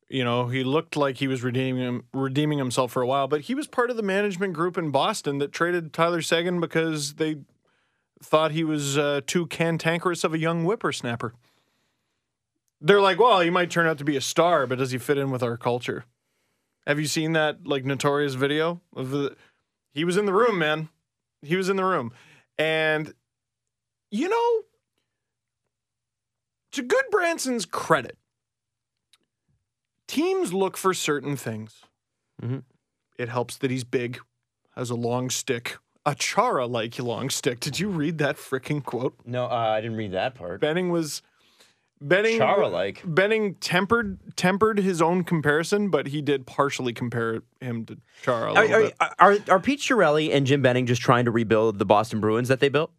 you know, he looked like he was redeeming him, redeeming himself for a while, but he was part of the management group in Boston that traded Tyler Sagan because they thought he was uh, too cantankerous of a young whippersnapper. They're like, well, he might turn out to be a star, but does he fit in with our culture? Have you seen that like notorious video of the? He was in the room, man. He was in the room, and you know to good Branson's credit, teams look for certain things. Mhm. It helps that he's big, has a long stick, a Chara like long stick. Did you read that freaking quote? no uh, i didn't read that part Benning was Benning chara-like Benning tempered tempered his own comparison, but he did partially compare him to Chara. A are, little are, bit. are, are pete Chiarelli and jim benning just trying to rebuild the boston bruins that they built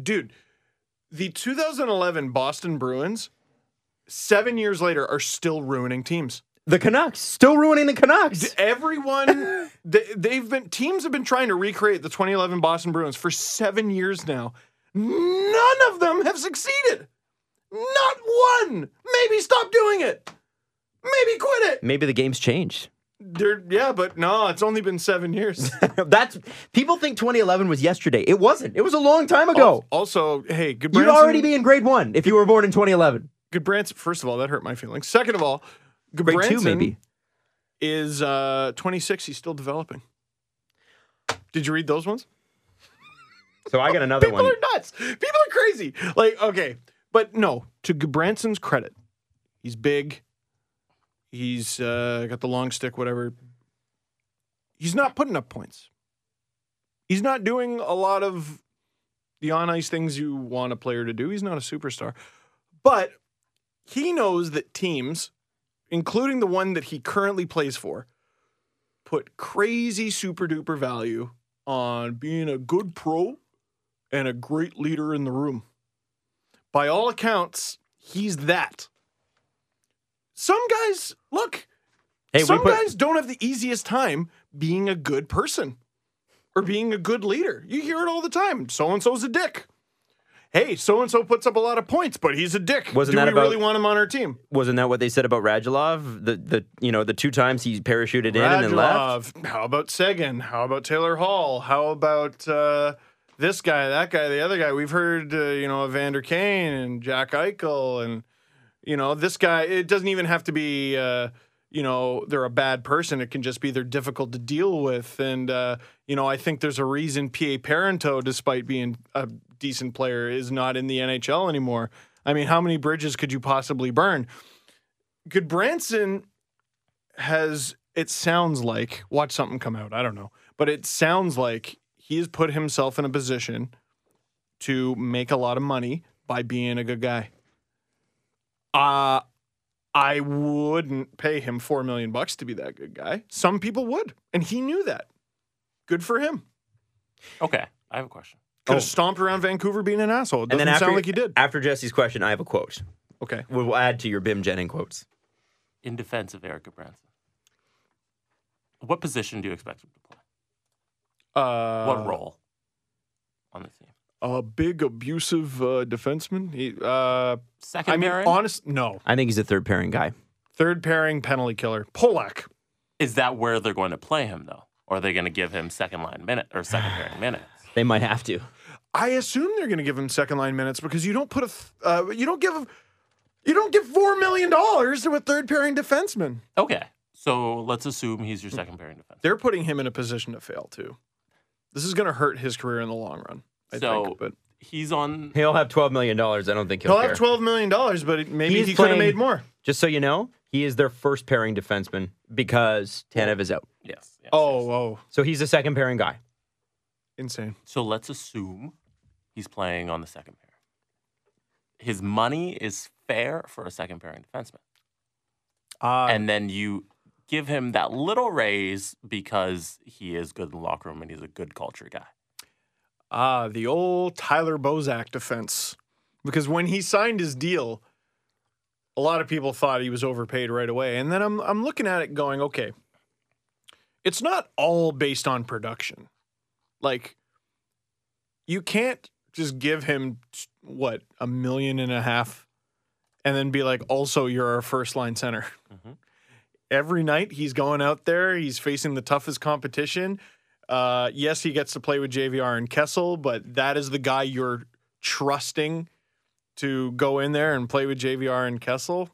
Dude, the 2011 Boston Bruins, seven years later, are still ruining teams. the canucks still ruining the canucks [LAUGHS] Everyone, they, they've been teams have been trying to recreate the 2011 Boston Bruins for seven years now. None of them have succeeded. Not one. Maybe stop doing it. Maybe quit it. maybe the game's changed [LAUGHS] They're, yeah, but no, it's only been seven years. that's people think 2011 was yesterday it wasn't it was a long time ago Also, hey, good. You'd Branson- already be in grade one if you were born in 2011. good. Branson. First of all, that hurt my feelings. Second of all, good. Grade Branson two, maybe. is uh, 26. He's still developing. Did you read those ones? So I got another People are nuts. People are crazy. Like, okay. But no, to Branson's credit, he's big. He's uh, got the long stick, whatever. He's not putting up points. He's not doing a lot of the on ice things you want a player to do. He's not a superstar. But he knows that teams, including the one that he currently plays for, put crazy super duper value on being a good pro and a great leader in the room. By all accounts, he's that. Some guys, look, Hey, some we put guys don't have the easiest time being a good person or being a good leader. You hear it all the time. So and so's a dick. Hey, so and so puts up a lot of points, but he's a dick. Wasn't Do that we about- really want him on our team? wasn't that what they said about Radulov? The the you know the two times he parachuted in and then left. Radulov. How about Sagan? How about Taylor Hall? How about uh, this guy, that guy, the other guy? We've heard, uh, you know, Evander Kane and Jack Eichel, and you know, this guy. It doesn't even have to be, uh, you know, they're a bad person. It can just be they're difficult to deal with, and uh, you know, I think there's a reason Pa Parento, despite being a decent player, is not in the NHL anymore. I mean, how many bridges could you possibly burn? Could Branson has it sounds like watch something come out i don't know but it sounds like he's put himself in a position to make a lot of money by being a good guy uh i wouldn't pay him 4 million bucks to be that good guy some people would and he knew that good for him Okay, I have a question. could have stomped around vancouver being an Oh. asshole it And doesn't then after sound like he did After Jesse's question, I have a quote. okay We'll add to your Bim Jenin quotes. In defense of Erica Branson, what position do you expect him to play? uh What role on the team? a big abusive uh, defenseman he uh i Second mean pairing? honest no I think he's a third pairing guy. Third pairing penalty killer. Polak. Is that where they're going to play him though? Or are they going to give him second line minute or second pairing minutes? They might have to. I assume they're going to give him second line minutes because you don't put a th- uh, you don't give him you don't give four million dollars to a third pairing defenseman. Okay, so let's assume he's your second pairing defense. They're putting him in a position to fail too. This is going to hurt his career in the long run. I So- think, but He's on. He'll have twelve million dollars. I don't think he'll, he'll care. have twelve million dollars, but it- maybe He's he could have playing- made more. Just so you know, he is their first pairing defenseman because Tanev is out. Yes. yes, Oh, yes. oh, So he's a second pairing guy. insane. So let's assume he's playing on the second pair. His money is fair for a second pairing defenseman. Uh, and then you give him that little raise because he is good in the locker room and he's a good culture guy. Ah, the old Tyler Bozak defense. Because when he signed his deal, a lot of people thought he was overpaid right away. And then I'm I'm looking at it going, okay, it's not all based on production. Like, you can't just give him what a million and a half, and then be like, also you're our first line center. Mhm. Every night he's going out there, he's facing the toughest competition. Uh, yes, he gets to play with JVR and Kessel, but that is the guy you're trusting to go in there and play with JVR and Kessel.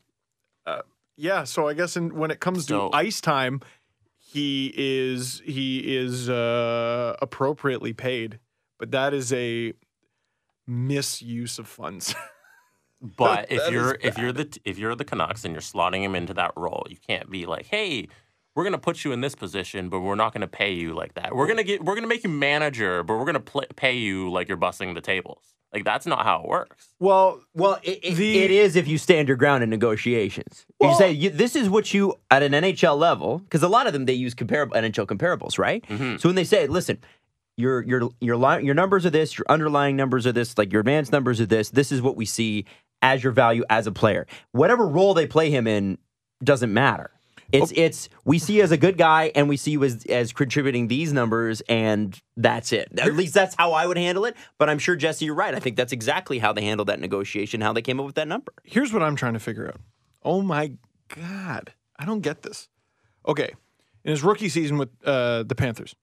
Uh, yeah, so I guess in, when it comes So- to ice time, he is he is uh, appropriately paid, but that is a misuse of funds. [LAUGHS] But That if is you're if you're the if you're the Canucks and you're slotting him into that role, you can't be like, hey, we're gonna put you in this position, but we're not gonna pay you like that. We're gonna get we're gonna make you manager, but we're gonna pl- pay you like you're busting the tables. Like that's not how it works. well, Well, it, it, The- it is if you stand your ground in negotiations. Well- you say you, this is what you at an NHL level, because a lot of them they use comparable NHL comparables, right? Mm-hmm. So when they say, "Listen, your your your line, your numbers are this, your underlying numbers are this, like your advanced numbers are this. This is what we see as your value as a player. Whatever role they play him in doesn't matter. It's Oh. it's we see you as a good guy, and we see you as as contributing these numbers, and that's it. At least that's how I would handle it. But I'm sure Jesse, you're right. I think that's exactly how they handled that negotiation, how they came up with that number. here's what I'm trying to figure out. Oh my god, I don't get this. Okay, in his rookie season with uh, the Panthers,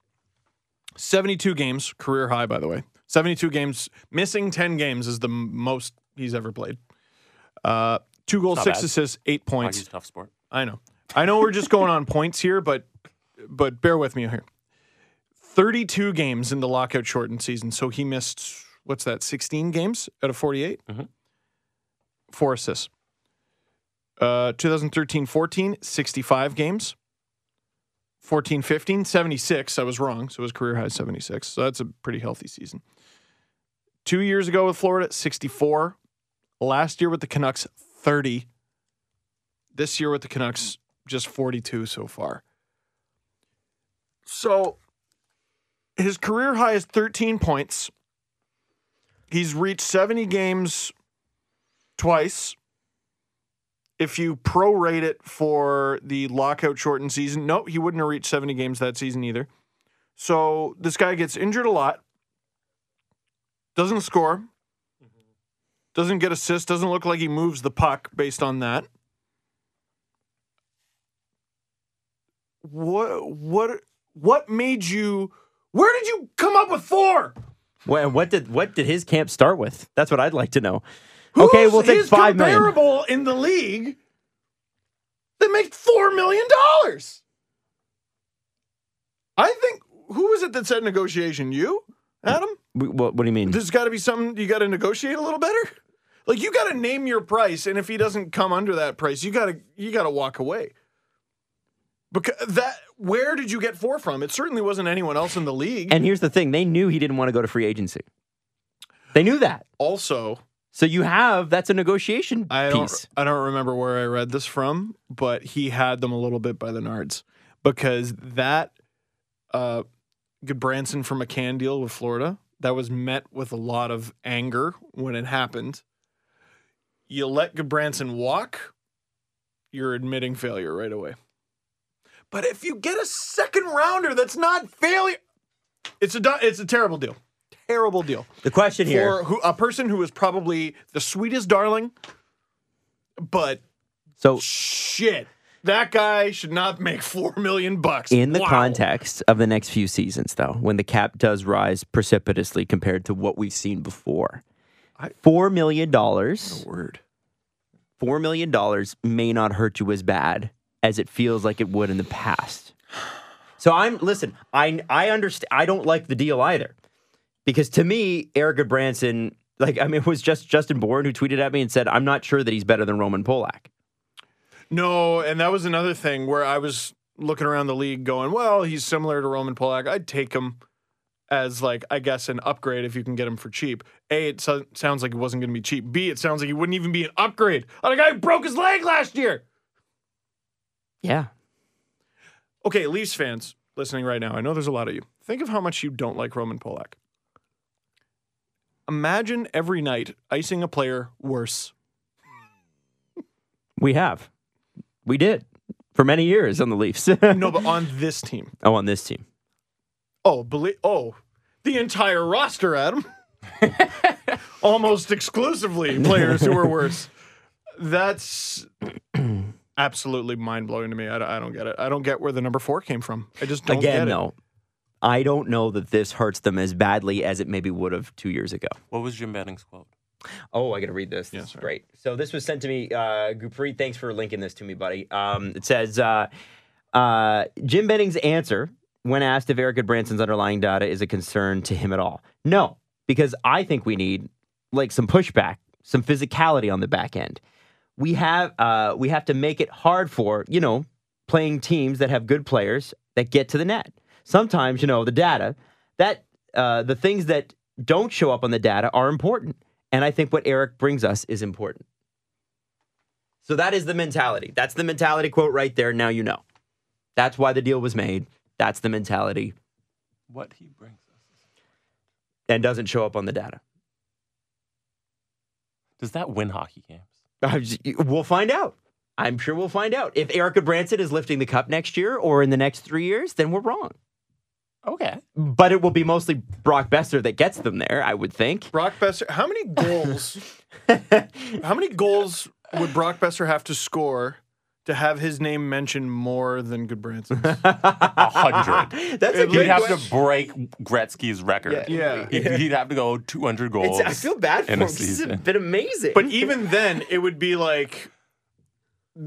72 games, career high by the way. 72 games, missing 10 games is the m- most he's ever played. Uh, two goals, Not six bad. assists, eight points. Hockey's a tough sport. I know. I know we're just going on points here, but but bear with me here. 32 games in the lockout shortened season, so he missed what's that? 16 games out of 48. Mhm. Four assists. Uh, 2013 14, 65 games. 14 15, 76. I was wrong. So his career high is 76. So that's a pretty healthy season. Two years ago with Florida, 64. Last year with the Canucks, 30. This year with the Canucks, just 42 so far. So his career high is 13 points. He's reached 70 games twice. If you prorate it for the lockout shortened season, no, he wouldn't have reached 70 games that season either. So this guy gets injured a lot, doesn't score, doesn't get assists, doesn't look like he moves the puck based on that. What what what made you where did you come up with four? What, what did what did his camp start with? That's what I'd like to know. Who's okay, we'll take his five million. comparable in the league that make four million dollars. I think who was it that said negotiation? You, Adam? We- What, what do you mean? There's got to be something you got to negotiate a little better. Like you got to name your price, and if he doesn't come under that price, you got to you got to walk away. Because that, where did you get four from? It certainly wasn't anyone else in the league. and here's the thing: they knew he didn't want to go to free agency. They knew that. also, So you have that's a negotiation I don't, piece. I don't remember where I read this from, but he had them a little bit by the nards because that uh, Branson from a can deal with Florida that was met with a lot of anger when it happened. You let Branson walk, you're admitting failure right away. But if you get a second rounder that's not failure, it's a du- it's a terrible deal, terrible deal The question here: for who, a person who is probably the sweetest darling, but so shit, that guy should not make [LAUGHS] four million bucks in the Wow. context of the next few seasons, though, when the cap does rise precipitously compared to what we've seen before, four million dollars, Word. four million dollars may not hurt you as bad as it feels like it would in the past. So I'm listen. I I understand. I don't like the deal either, because to me, Eric Branson, like I mean, it was just Justin Bourne who tweeted at me and said, "I'm not sure that he's better than Roman Polak." No, and that was another thing where I was looking around the league, going, "Well, he's similar to Roman Polak. I'd take him." As like I guess an upgrade if you can get him for cheap. A, it so- sounds like it wasn't going to be cheap. B, it sounds like he wouldn't even be an upgrade. A guy who broke his leg last year. Yeah, Okay, Leafs fans listening right now, I know there's a lot of you. Think of how much you don't like Roman Polak. Imagine every night icing a player worse. we have, we did for many years on the Leafs. [LAUGHS] No, but on [LAUGHS] this team. Oh, on this team. Oh, believe oh, the entire [LAUGHS] roster, Adam. Almost exclusively players who are worse. [CLEARS THROAT] That's absolutely mind blowing to me. I, don't- I don't get it. I don't get where the number four came from. I just don't Again, get it. though, I don't know that this hurts them as badly as it maybe would have two years ago. What was Jim Benning's quote? Oh, I got to read this. This is great. So this was sent to me. Uh, Gupreet, thanks for linking this to me, buddy. Um, it says uh, uh, Jim Benning's answer when asked if Erica Branson's underlying data is a concern to him at all. No, because I think we need like some pushback, some physicality on the back end. We have uh, we have to make it hard for you know playing teams that have good players that get to the net. Sometimes you know the data that uh, the things that don't show up on the data are important, and I think what Eric brings us is important. So that is the mentality. That's the mentality quote right there. Now you know. That's why the deal was made. That's the mentality, What he brings us. and doesn't show up on the data. [LAUGHS] Does that win hockey games? I'm just- We'll find out. I'm sure we'll find out. If Erica Branson is lifting the cup next year or in the next three years, then we're wrong. Okay. But it will be mostly Brock Besser that gets them there, I would think. Brock Besser, how many goals? how many goals would Brock Besser have to score to have his name mentioned more than Goodbranson's? [LAUGHS] A hundred. Ah, That's a It good He'd have question. to break Gretzky's record. Yeah. He'd, he'd have to go 200 goals. It's- I feel bad for in him. a This has season. been amazing. but e, even then, it would be like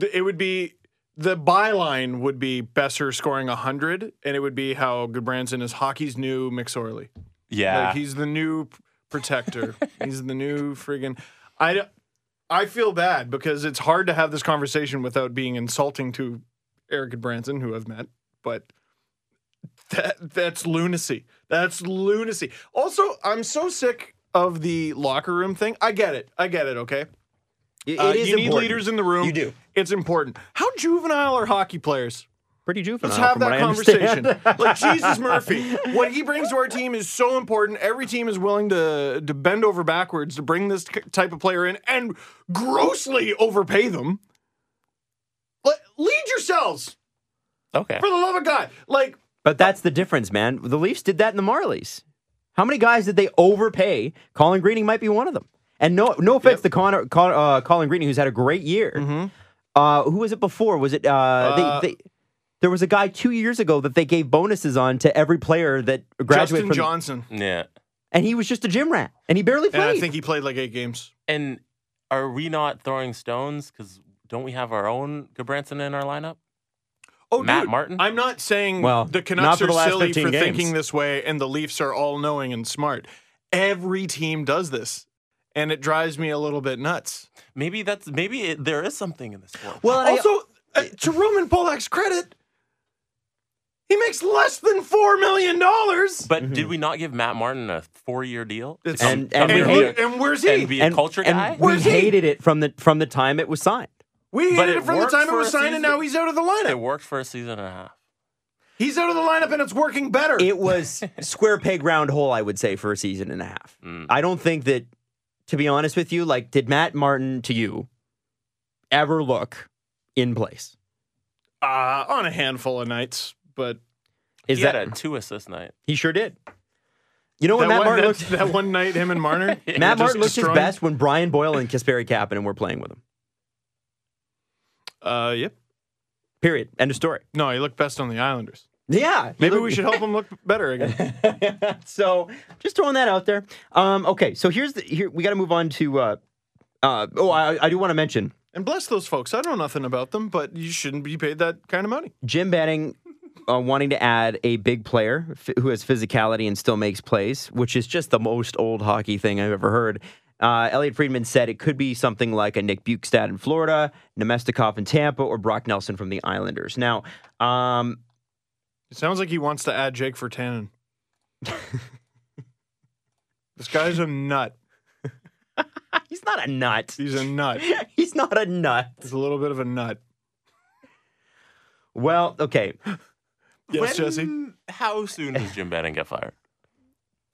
th- it would be the byline would be Besser scoring hundred, and it would be how Goodbranson is hockey's new McSorley. Yeah. Like he's the new p- protector. he's the new friggin'. I d- I feel bad because it's hard to have this conversation without being insulting to Eric and Branson, who I've met, but that that's lunacy. That's lunacy. Also, I'm so sick of the locker room thing. I get it. I get it, okay? It, Uh, it is you need important. leaders in the room. You do. It's important. How juvenile are hockey players? Pretty juvenile. Let's have Uh, from that what I conversation. understand. [LAUGHS] like Jesus Murphy, what he brings to our team is so important. Every team is willing to to bend over backwards to bring this c- type of player in and grossly overpay them. Le- lead yourselves Okay. for the love of God. Like But that's the difference, man. The Leafs did that in the Marlies. How many guys did they overpay? Colin Greening might be one of them. And no, no offense to Connor, Con, uh, Colin Greening, who's had a great year. Mm-hmm. Uh, who was it before? Was it uh, they, they, there was a guy two years ago that they gave bonuses on to every player that graduated Justin from, Johnson, Yeah. and he was just a gym rat, and he barely and played. I think he played like eight games. And are we not throwing stones? Because don't we have our own Gabranson in our lineup? Oh, Matt dude, Martin? I'm not saying Well, the not Canucks for are the last silly 15 for games. thinking this way, and the Leafs are all knowing and smart. Every team does this, and it drives me a little bit nuts. Maybe that's maybe it, there is something in this one. well, and I- also, uh, to Roman Polak's credit, he makes less than four million dollars. but did we not give Matt Martin a four-year deal? to It's- come- And- come And, and here we and who- be a- and where's and he? be a culture and guy? we Where's he? hated it from the from the time it was signed. We But hated it it from the worked time it for was a signed, season. and now he's out of the It lineup. worked for a season and a half. He's out of the lineup, and it's working better. It was [LAUGHS] square peg round hole, I would say, for a season and a half. Mm. I don't think that, to be honest with you, like did Matt Martin to you ever look in place? uh, on a handful of nights, but Is He that had a two assist night. he sure did? You know when that, Matt one, Martin that, looked [LAUGHS] that one night, him and [LAUGHS] Marner. they were Matt just Martin looked destroying- his best when Brian Boyle and Kasperi Kapanen were playing with him. Uh, yep. Period. End of story. No, he looked best on the Islanders. Yeah. he Maybe looked- we should help him look better again. [LAUGHS] so just throwing that out there. Um, okay, so here's the here we got to move on to. Uh, uh, oh, I, I do want to mention and bless those folks. I know nothing about them, but you shouldn't be paid that kind of money. Jim Benning uh, wanting to add a big player f- who has physicality and still makes plays, which is just the most old hockey thing I've ever heard. Uh, Elliot Friedman said it could be something like a Nick Bukestad in Florida, Nemestikov in Tampa, or Brock Nelson from the Islanders. Now, um, [LAUGHS] It sounds like he wants to add Jake for [LAUGHS] Tannen. this guy's a nut. he's not a nut. [LAUGHS] He's a nut. He's not a nut. He's a little bit of a nut. Well, okay. Yes, When- Jesse. How soon does Jim Benning get fired?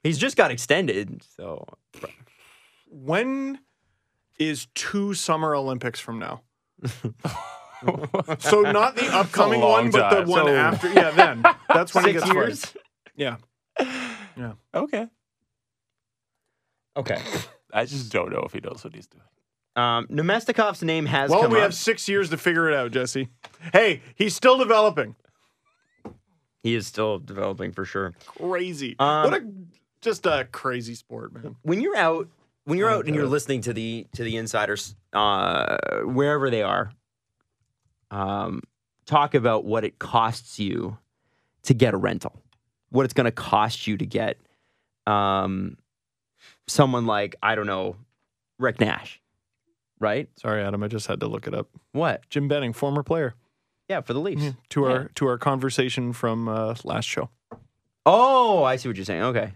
He's just got extended, so When is two Summer Olympics from now? so not [LAUGHS] the upcoming long one, but time. the one So- after. Yeah, then that's [LAUGHS] when it six gets fired. years. Yeah, Okay. Okay. I just don't know if he knows what he's doing. Um, Nemestikov's name has Well, come we up. have six years to figure it out, Jesse. Hey, he's still developing. He is still developing for sure. Crazy. Um, what a just a crazy sport, man. When you're out, when you're out and you're listening to the to the insiders, uh, wherever they are, um, talk about what it costs you to get a rental, what it's going to cost you to get um, someone like I don't know, Rick Nash, right? Sorry, Adam. I just had to look it up. What? Jim Benning, former player. Yeah, for the Leafs. To our to our conversation from uh, last show. Oh, I see what you're saying. Okay.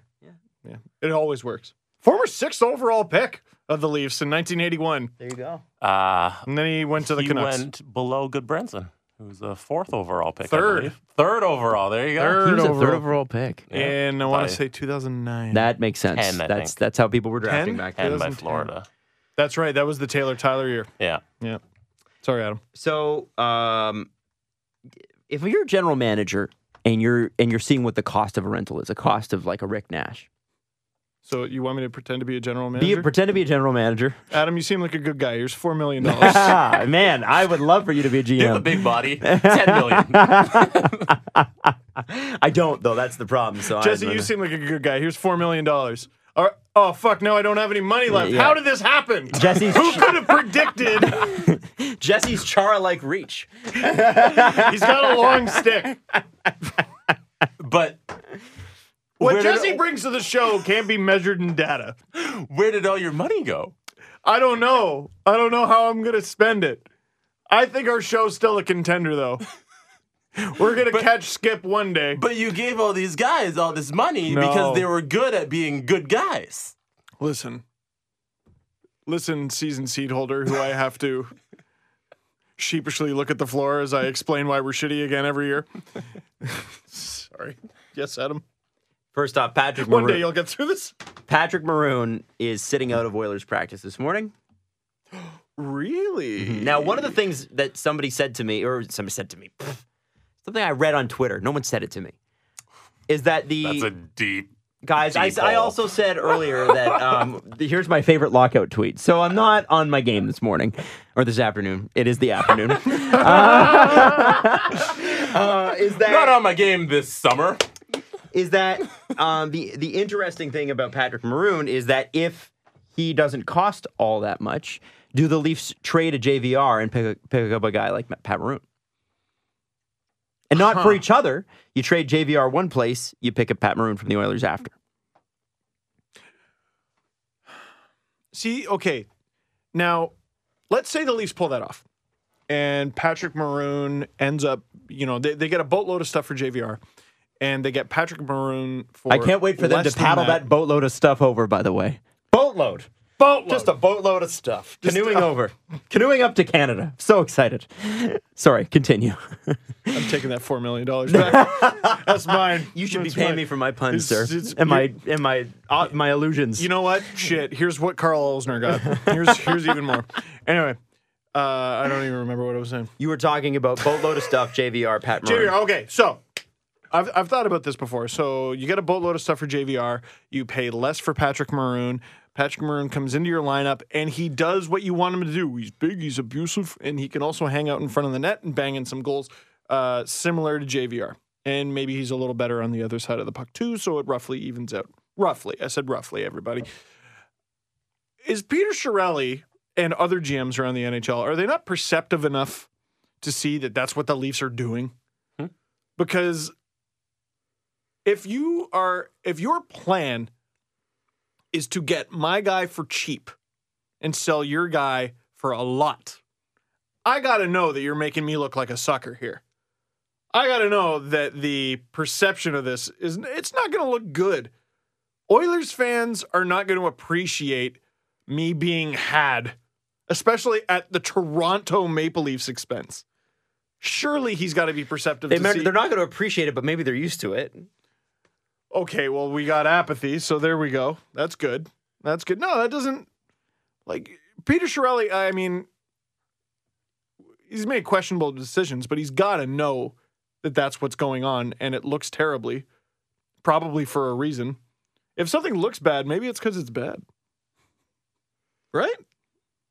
Yeah, it always works. Former sixth overall pick of the Leafs in 1981, There you go. Uh, and then he went to the he Canucks. went below Good Branson, who's a fourth overall pick. I Third. believe. Third overall. There you go. Third He was a third overall. overall pick. Yeah. And I want By- to say 2009. That makes sense. Ten, I that's think. that's how people were drafting Ten? back then. And by 2010. Florida. That's right. That was the Taylor Tyler year. Yeah. Yeah. Sorry, Adam. So, um, if you're a general manager and you're and you're seeing what the cost of a rental is, a cost of like a Rick Nash, So you want me to pretend to be a general be manager? a, pretend to be a general manager. Adam, you seem like a good guy. Here's four million dollars. [LAUGHS] Ah, Man, I would love for you to [LAUGHS] be a You have a GM. [LAUGHS] big body. 10 million. I don't though. That's the problem. So Jesse, I, you seem like a good guy. Here's four million dollars. All right. Oh fuck! Now I don't have any money left. Yeah. How did this happen? [LAUGHS] Jesse's Who could have predicted? Jesse's Chara like reach. He's got a long stick. But What Where did Jesse it- brings to the show can't be measured in data. where did all your money go? I don't know. I don't know how I'm gonna spend it. I think our show's still a contender, [LAUGHS] though. We're gonna catch Skip one day. But you gave all these guys all this money No. because they were good at being good guys. Listen, listen, season seed holder, who I have to sheepishly look at the floor as I explain why we're shitty again every year. [LAUGHS] Sorry. Yes, Adam. First off, Patrick One day Maroon, you'll get through this. Patrick Maroon is sitting out of Oilers practice this morning. Mm-hmm. Really? Now, one of the things that somebody said to me, or somebody said to me, pff, something I read on Twitter, no one said it to me, is that the That's a deep. guys. I, deep I hole. also said earlier [LAUGHS] that um, the- here's my favorite lockout tweet. So I'm not on my game this morning or this afternoon. It is the [LAUGHS] afternoon. [LAUGHS] Uh, uh, is that Not on my game this summer. is that um, the the interesting thing about Patrick Maroon is that if he doesn't cost all that much, do the Leafs trade a JVR and pick a, pick up a guy like Pat Maroon? And not for each other. You trade JVR one place, you pick up Pat Maroon from the Oilers after. See, okay. Now, let's say the Leafs pull that off and Patrick Maroon ends up, you know, they, they get a boatload of stuff for JVR and they get Patrick Maroon for. I can't wait for them to less than paddle that. boatload of stuff over, by the way. Boatload. boatload. Just a boatload of stuff. Canoeing uh, over. Canoeing up to Canada. So excited. Sorry, continue. I'm taking that $4 million [LAUGHS] back. That's mine. You should That's be paying mine. me for my puns, It's- sir. it's- and you- my and my uh, my illusions. You know what? Shit. Here's what Carl Olsner got. Here's here's even more. Anyway, uh, I don't even remember what I was saying. You were talking about boatload of stuff, JVR, Pat Murray. JVR. Okay, so I've I've thought about this before. So you get a boatload of stuff for JVR. You pay less for Patrick Maroon. Patrick Maroon comes into your lineup and he does what you want him to do. He's big, he's abusive, and he can also hang out in front of the net and bang in some goals, uh, similar to JVR. And maybe he's a little better on the other side of the puck too, so it roughly evens out. Roughly, I said roughly. Everybody is Peter Shirelli and other GMs around the NHL. Are they not perceptive enough to see that that's what the Leafs are doing? because if you are if your plan is to get my guy for cheap and sell your guy for a lot i got to know that you're making me look like a sucker here i got to know that the perception of this is it's not going to look good oilers fans are not going to appreciate me being had especially at the toronto maple leafs expense surely he's got to be perceptive They to see- are not going to appreciate it, but maybe they're used to it. Okay, well, we got apathy, so there we go. That's good. That's good. No, that doesn't like Peter Shirelli. I mean, he's made questionable decisions, but he's got to know that that's what's going on, and it looks terribly, probably for a reason. If something looks bad, maybe it's because it's bad, right?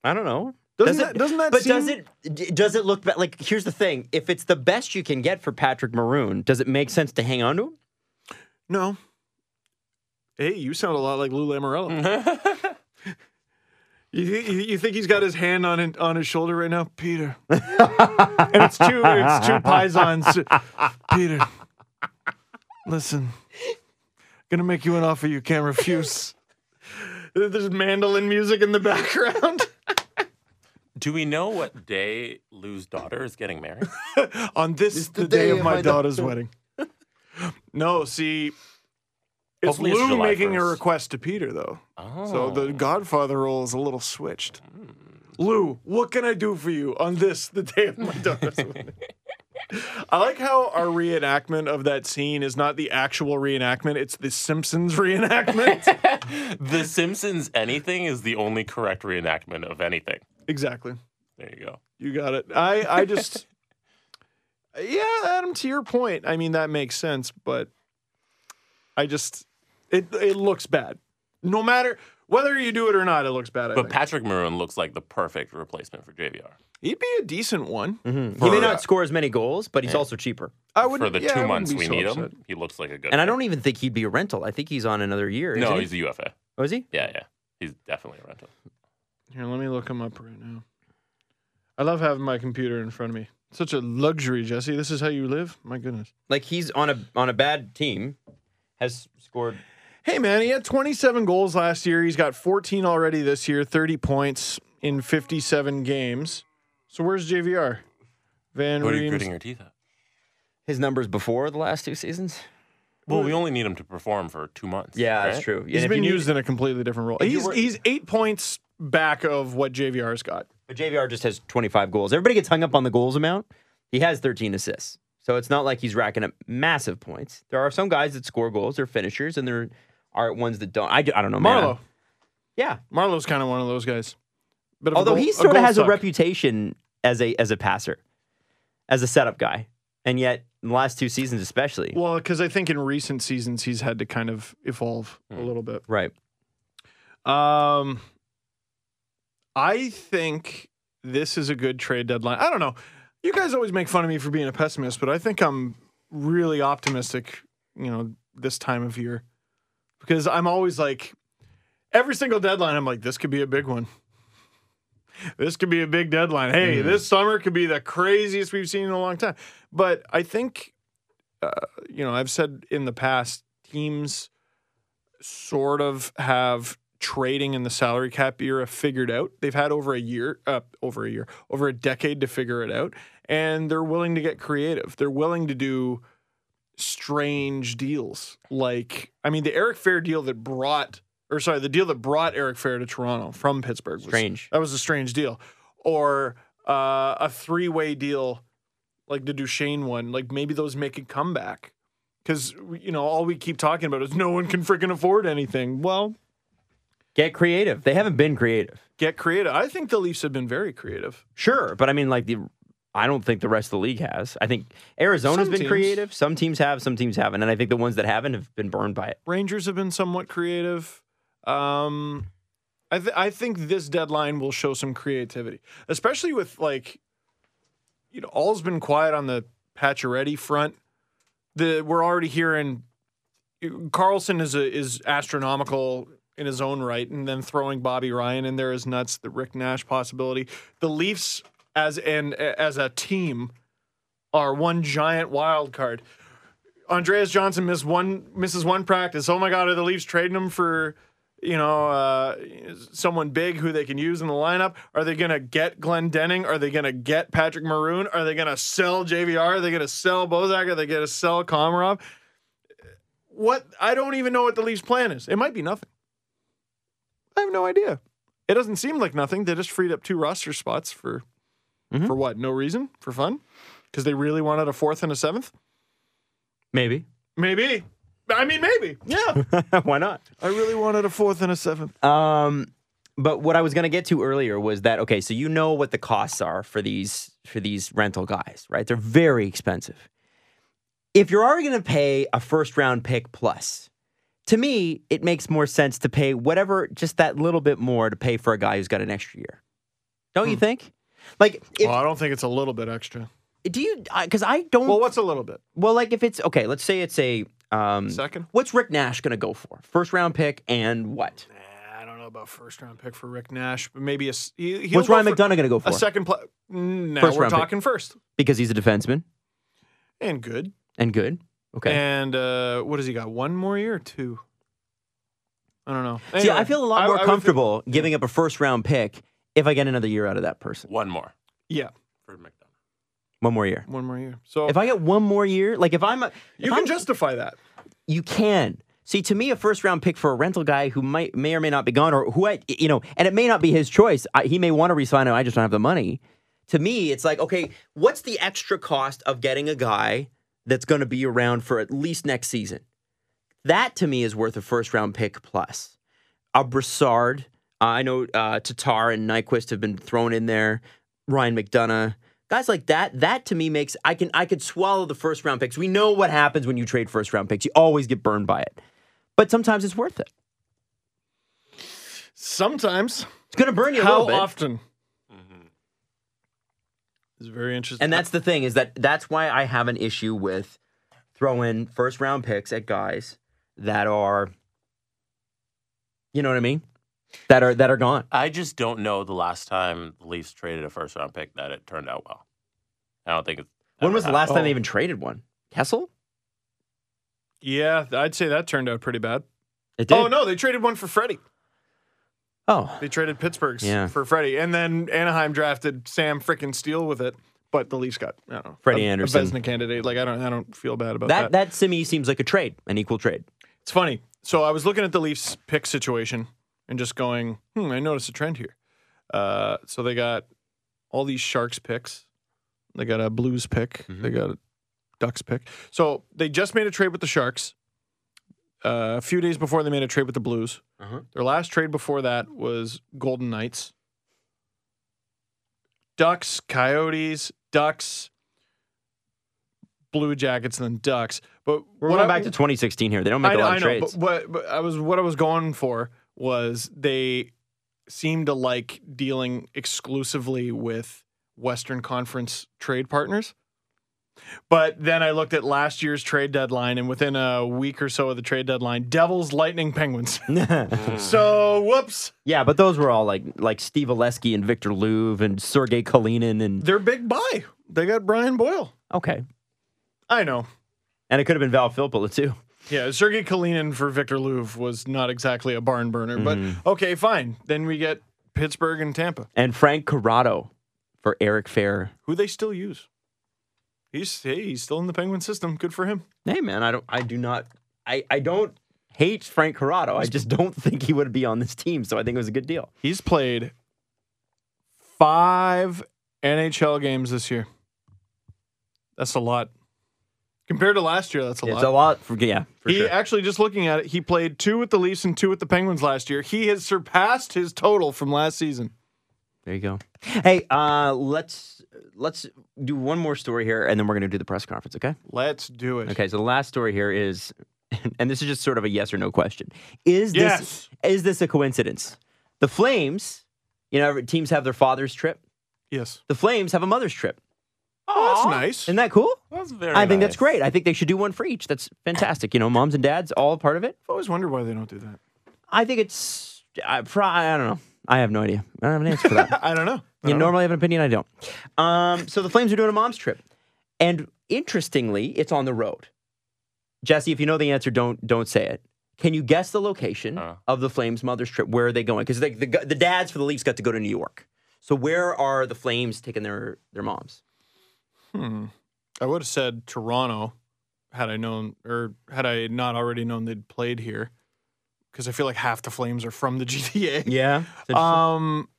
I don't know. Doesn't that- doesn't that But seem- does it d- does it look bad? Like here's the thing: if it's the best you can get for Patrick Maroon, does it make sense to hang on to him? No. Hey, you sound a lot like Lou Lamorello. [LAUGHS] you, thi- you, you think he's got his hand on it- on his shoulder right now, [LAUGHS] Peter? and it's two it's two Pisons. Peter, listen, gonna make you an offer you can't refuse. There's mandolin music in the background Do we know what day Lou's daughter is getting married? [LAUGHS] on this, the, day, of my, daughter's wedding. No, see, it's Hopefully it's Lou July making a 1st. request to Peter though. Oh. So the Godfather role is a little switched. Lou, what can I do for you on this, the day of my daughter's [LAUGHS] wedding? I like how our reenactment of that scene is not the actual reenactment, it's the Simpsons [LAUGHS] reenactment. [LAUGHS] The Simpsons anything is the only correct reenactment of anything. exactly. There you go. You got it. I, I just, yeah, Adam, to your point, I mean, that makes sense, but I just, it, it looks bad. No matter whether you do it or not, it looks bad. I But think. Patrick Maroon looks like the perfect replacement for JVR He'd be a decent one. He may not score as many goals, but he's also cheaper. I for the yeah, I two wouldn't months be we so need upset. him. He looks like a good. And I guy. don't even think he'd be a rental. I think he's on another year. No, isn't he's a he? UFA. Oh, is he? Yeah, yeah. He's definitely a rental. Here, let me look him up right now. I love having my computer in front of me. Such a luxury, Jesse. This is how you live? My goodness. Like he's on a on a bad team, has scored Hey, man, he had 27 goals last year. He's got 14 already this year, 30 points in 57 games. So where's JVR? Van What are you gritting Reems. your teeth at? His numbers before the last two seasons. Well, we only need him to perform for two months. Yeah, right? that's true. He's And if been you need- used in a completely different role. if you He's, were- he's eight points back of what JVR's got. But JVR just has 25 goals. Everybody gets hung up on the goals amount. He has 13 assists. So it's not like he's racking up massive points. There are some guys that score goals, they're finishers, and there are ones that don't. I, d- I don't know, man. Marlowe. Yeah. Marlowe's kind of one of those guys. Bit of a Although goal- he a sort of goal has a suck. reputation as a as a passer, as a setup guy. And yet, in the last two seasons especially. Well, because I think in recent seasons he's had to kind of evolve a little bit. right. Um, I think this is a good trade deadline. I don't know. You guys always make fun of me for being a pessimist, but I think I'm really optimistic. You know, this time of year, because I'm always like, every single deadline, I'm like, this could be a big one. This could be a big deadline. Hey, this summer could be the craziest we've seen in a long time. But I think, uh, you know, I've said in the past, teams sort of have trading in the salary cap era figured out. They've had over a year, uh, over a year, over a decade to figure it out, and they're willing to get creative. They're willing to do strange deals. Like, I mean, the Eric Fair deal that brought, or sorry, the deal that brought Eric Fair to Toronto from Pittsburgh was Strange. That was a strange deal, or uh, a three-way deal like the Duchesne one. Like, maybe those make a comeback because you know all we keep talking about is no one can freaking afford anything. Well, Get creative. They haven't been creative. get creative. I think the Leafs have been very creative. Sure, but I mean, like the, I don't think the rest of the league has. I think Arizona's Some been teams. creative. Some teams have, some teams haven't, and I think the ones that haven't have been burned by it. Rangers have been somewhat creative. Um, I th- I think this deadline will show some creativity, especially with like, you know, all's been quiet on the Pacioretty front. The we're already hearing Carlson is a, is astronomical in his own right, and then throwing Bobby Ryan in there is nuts. The Rick Nash possibility. The Leafs as an as a team are one giant wild card. Andreas Johnson missed one misses one practice. Oh my god, are the Leafs trading him for you know uh, someone big who they can use in the lineup? Are they gonna get Glenn Denning? Are they gonna get Patrick Maroon? Are they gonna sell JVR? Are they gonna sell Bozak? Are they gonna sell Komarov? What I don't even know what the Leafs' plan is. It might be nothing. I have no idea. It doesn't seem like nothing. They just freed up two roster spots for Mhm. for what? No reason? For fun? Because they really wanted a fourth and a seventh? [LAUGHS] Maybe. Maybe. I mean, maybe. Yeah. Why not? [LAUGHS] I really wanted a fourth and a seventh. Um, but what I was gonna get to earlier was that okay, so you know what the costs are for these for these rental guys, right? They're very expensive. If you're already gonna pay a first round pick plus, to me, it makes more sense to pay whatever just that little bit more to pay for a guy who's got an extra year. Don't you think? Like, if, I don't think it's a little bit extra. do you? Because I, don't. Well, what's a little bit? Well, like if it's okay, let's say it's a um, Second? What's Rick Nash gonna go for? First round pick and what? I don't know about first round pick for Rick Nash, but maybe a. s- He, he'll What's go Ryan for McDonough gonna go for? A second play. Now First we we're round pick. talking first because he's a defenseman and good. and good. Okay. And uh, what has he got? One more year or two? I don't know. See, Anyway, I feel a lot more I would comfortable giving up a first round pick if I get another year out of that person. One more Think, yeah, for McDonough. One more year. one more year. So If I get one more year, like if I'm, a, you can justify that. you can. See, to me, a first round pick for a rental guy who might may or may not be gone, or who I, you know, and it may not be his choice. I, he may want to resign, and I just don't have the money. To me, it's like, okay, what's the extra cost of getting a guy that's going to be around for at least next season? That to me is worth a first round pick plus. A Broussard, uh, I know uh, Tatar and Nyquist have been thrown in there. Ryan McDonough, guys like that. That to me makes I can I could swallow the first round picks. We know what happens when you trade first round picks. You always get burned by it, but sometimes it's worth it. Sometimes. It's going to burn you a How little bit. often? It's very interesting. And that's the thing is that that's why I have an issue with throwing first round picks at guys that are, you know what I mean, that are that are gone. I just don't know the last time the Leafs traded a first round pick that it turned out well. I don't think. It's When ever was the happened. last time they Oh. even traded one? Kessel? Yeah, I'd say that turned out pretty bad. It did. Oh no, they traded one for Freddie. Oh. They traded Pittsburgh's Yeah. for Freddie, and then Anaheim drafted Sam frickin' Steele with it. But the Leafs got I don't know, Freddie a- Anderson. a Vesna candidate. Like I don't, I don't feel bad about That that simi seems like a trade, an equal trade. It's funny. So I was looking at the Leafs pick situation and just going, hmm, I noticed a trend here. Uh, so they got all these Sharks picks. They got a Blues pick. Mm-hmm. They got a Ducks pick. So they just made a trade with the Sharks. Uh, a few days before they made a trade with the Blues. Uh-huh. Their last trade before that was Golden Knights. Ducks, Coyotes, Ducks, Blue Jackets, and then Ducks. But We're what going I- back to 2016 here. They don't make a I know- lot I of know, trades. But what but I was what I was going for was they seem to like dealing exclusively with Western Conference trade partners. But then I looked at last year's trade deadline, and within a week or so of the trade deadline, Devils, Lightning, Penguins. Hmm. [LAUGHS] so whoops, [LAUGHS] yeah, but those were all like like Steve Olesky and Victor Louvre and Sergei Kalinin and they're big buy. They got Brian Boyle. okay, I know. and it could have been Val Filppula too. Yeah, Sergey Kalinin for Victor Louvre was not exactly a barn burner, Hmm. but okay, fine. Then we get Pittsburgh and Tampa. And Frank Corrado for Eric Fair. who they still use. He's hey, he's still in the Penguin system. Good for him. Hey man, I don't I do not I I don't hate Frank Corrado. I just don't [LAUGHS] think he would be on this team, so I think it was a good deal. He's played five NHL games this year. That's a lot. Compared to last year, that's a It's lot. a lot for yeah, for he sure. actually just looking at it, he played two with the Leafs and two with the Penguins last year. He has surpassed his total from last season. There you go. Hey, uh, let's let's do one more story here, and then we're gonna do the press conference. Okay. Let's do it. Okay. So the last story here is, [LAUGHS] and this is just sort of a yes or no question. Is Yes. this is this a coincidence? The Flames, you know, every- teams have their father's trip. Yes. The Flames have a mother's trip. Oh, that's Aw. nice. Isn't that cool? That's very. I think that's nice. great. I think they should do one for each. That's fantastic. You know, moms and dads all part of it. I've always wondered why they don't do that. I think it's I, pro- I don't know. I have no idea. I don't have an answer for that. I don't know. I You don't know. normally have an opinion, I don't. Um, so the Flames are doing a mom's trip, and interestingly, it's on the road. Jesse, if you know the answer, don't don't say it. Can you guess the location Uh-huh. Uh. of the Flames' mother's trip? Where are they going? Because the, the gu- the dads for the Leafs got to go to New York. So where are the Flames taking their their moms? I would have said Toronto had I known or had I not already known they'd played here because I feel like half the Flames are from the [LAUGHS] GTA. Yeah, Um,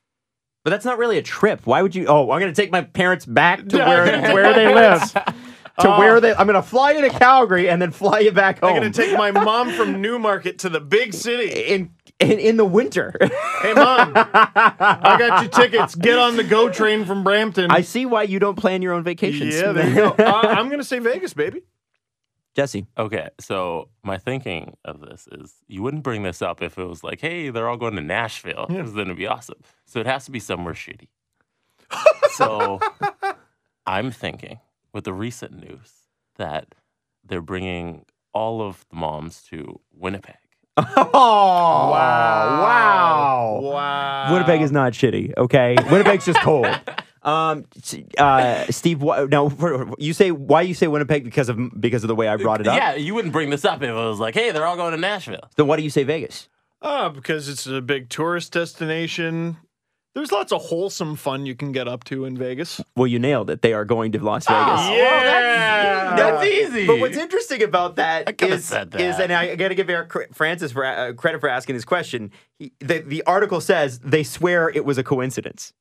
but that's not really a trip. Why would you? Oh, I'm going to take my parents back to Yeah, I'm [LAUGHS] where gonna where take- they live. To where they, I'm going to fly you to Calgary and then fly you back home. I'm gonna take my mom from Newmarket to the big city. in, in in the winter. [LAUGHS] Hey, mom, I got your tickets. Get on the GO train from Brampton. I see why you don't plan your own vacations. Mm. [LAUGHS] yeah, there you go. Uh, I'm gonna say Vegas, baby. Jesse. Okay, so my thinking of this is you wouldn't bring this up if it was like, hey, they're all going to Nashville. Because then it'd be awesome. So it has to be somewhere shitty. so I'm thinking, with the recent news, that they're bringing all of the moms to Winnipeg. Oh wow! Wow. Winnipeg is not shitty. [LAUGHS] Okay, Winnipeg's just cold. Um, s- uh, Steve, wh- no, for- you say why you say Winnipeg because of because of the way I brought it up. Yeah, you wouldn't bring this up if it was like, hey, they're all going to Nashville. Then why do you say Vegas? Ah, because it's a big tourist destination. There's lots of wholesome fun you can get up to in Vegas. Well, you nailed it. They are going to Las Vegas. yeah. That's easy. Uh, But what's interesting about I that could've is, said that. is- and I got to give Eric cre- Francis for, uh, credit for asking this question. He, the, the article says they swear it was a coincidence.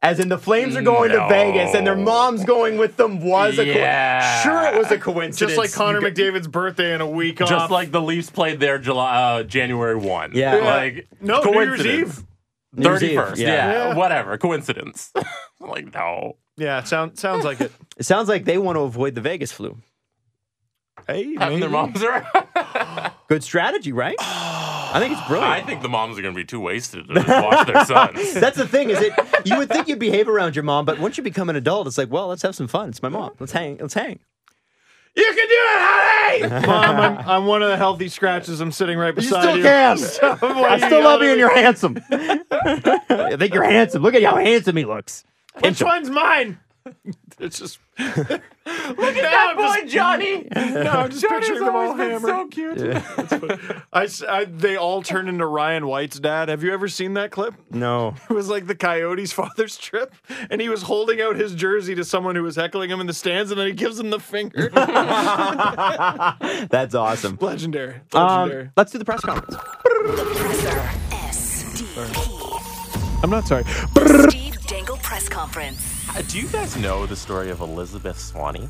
As in, the Flames are going to No. Vegas and their mom's going with them was a Yeah. coincidence. Sure, it [LAUGHS] was a coincidence. Just like Connor You got- McDavid's birthday and a week off. Just like the Leafs played there July, uh, January 1. Yeah. Yeah. Like, no New Year's coincidence. Eve. New Year's Eve, Thirty first, yeah. yeah. whatever, coincidence. [LAUGHS] like no, Yeah, it sound, sounds like it. It sounds like they want to avoid the Vegas flu. Hey, having their maybe. moms around. Good strategy, [SIGHS] right? I think it's brilliant. I think the moms are gonna be too wasted to just watch their [LAUGHS] [LAUGHS] sons. That's the thing, is it? You would think you'd behave around your mom, but once you become an adult, it's like, well, let's have some fun. It's my mom. Let's hang. Let's hang. You can do it, honey. Mom, I'm, I'm one of the healthy scratches. I'm sitting right beside still you. can. [LAUGHS] So why I you still love yelling you, at and me? you're handsome. [LAUGHS] I think you're handsome. Look at how handsome he looks. Which one's mine? [LAUGHS] It's just look at That boy, Johnny. [LAUGHS] No, I'm just Johnny's picturing them all always been hammered. so cute. That's funny. I s- I- they all turn into Ryan White's dad. Have you ever seen that clip? No. It was like the Coyotes' [LAUGHS] father's trip, and he was holding out his jersey to someone who was heckling him in the stands, and then he gives him the finger. That's awesome. Legendary. Legendary. Um, let's do the press conference. [LAUGHS] Presser. SDP. I'm not sorry. Steve Dangle Press Conference. Uh, Do you guys know the story of Elizabeth Swanee?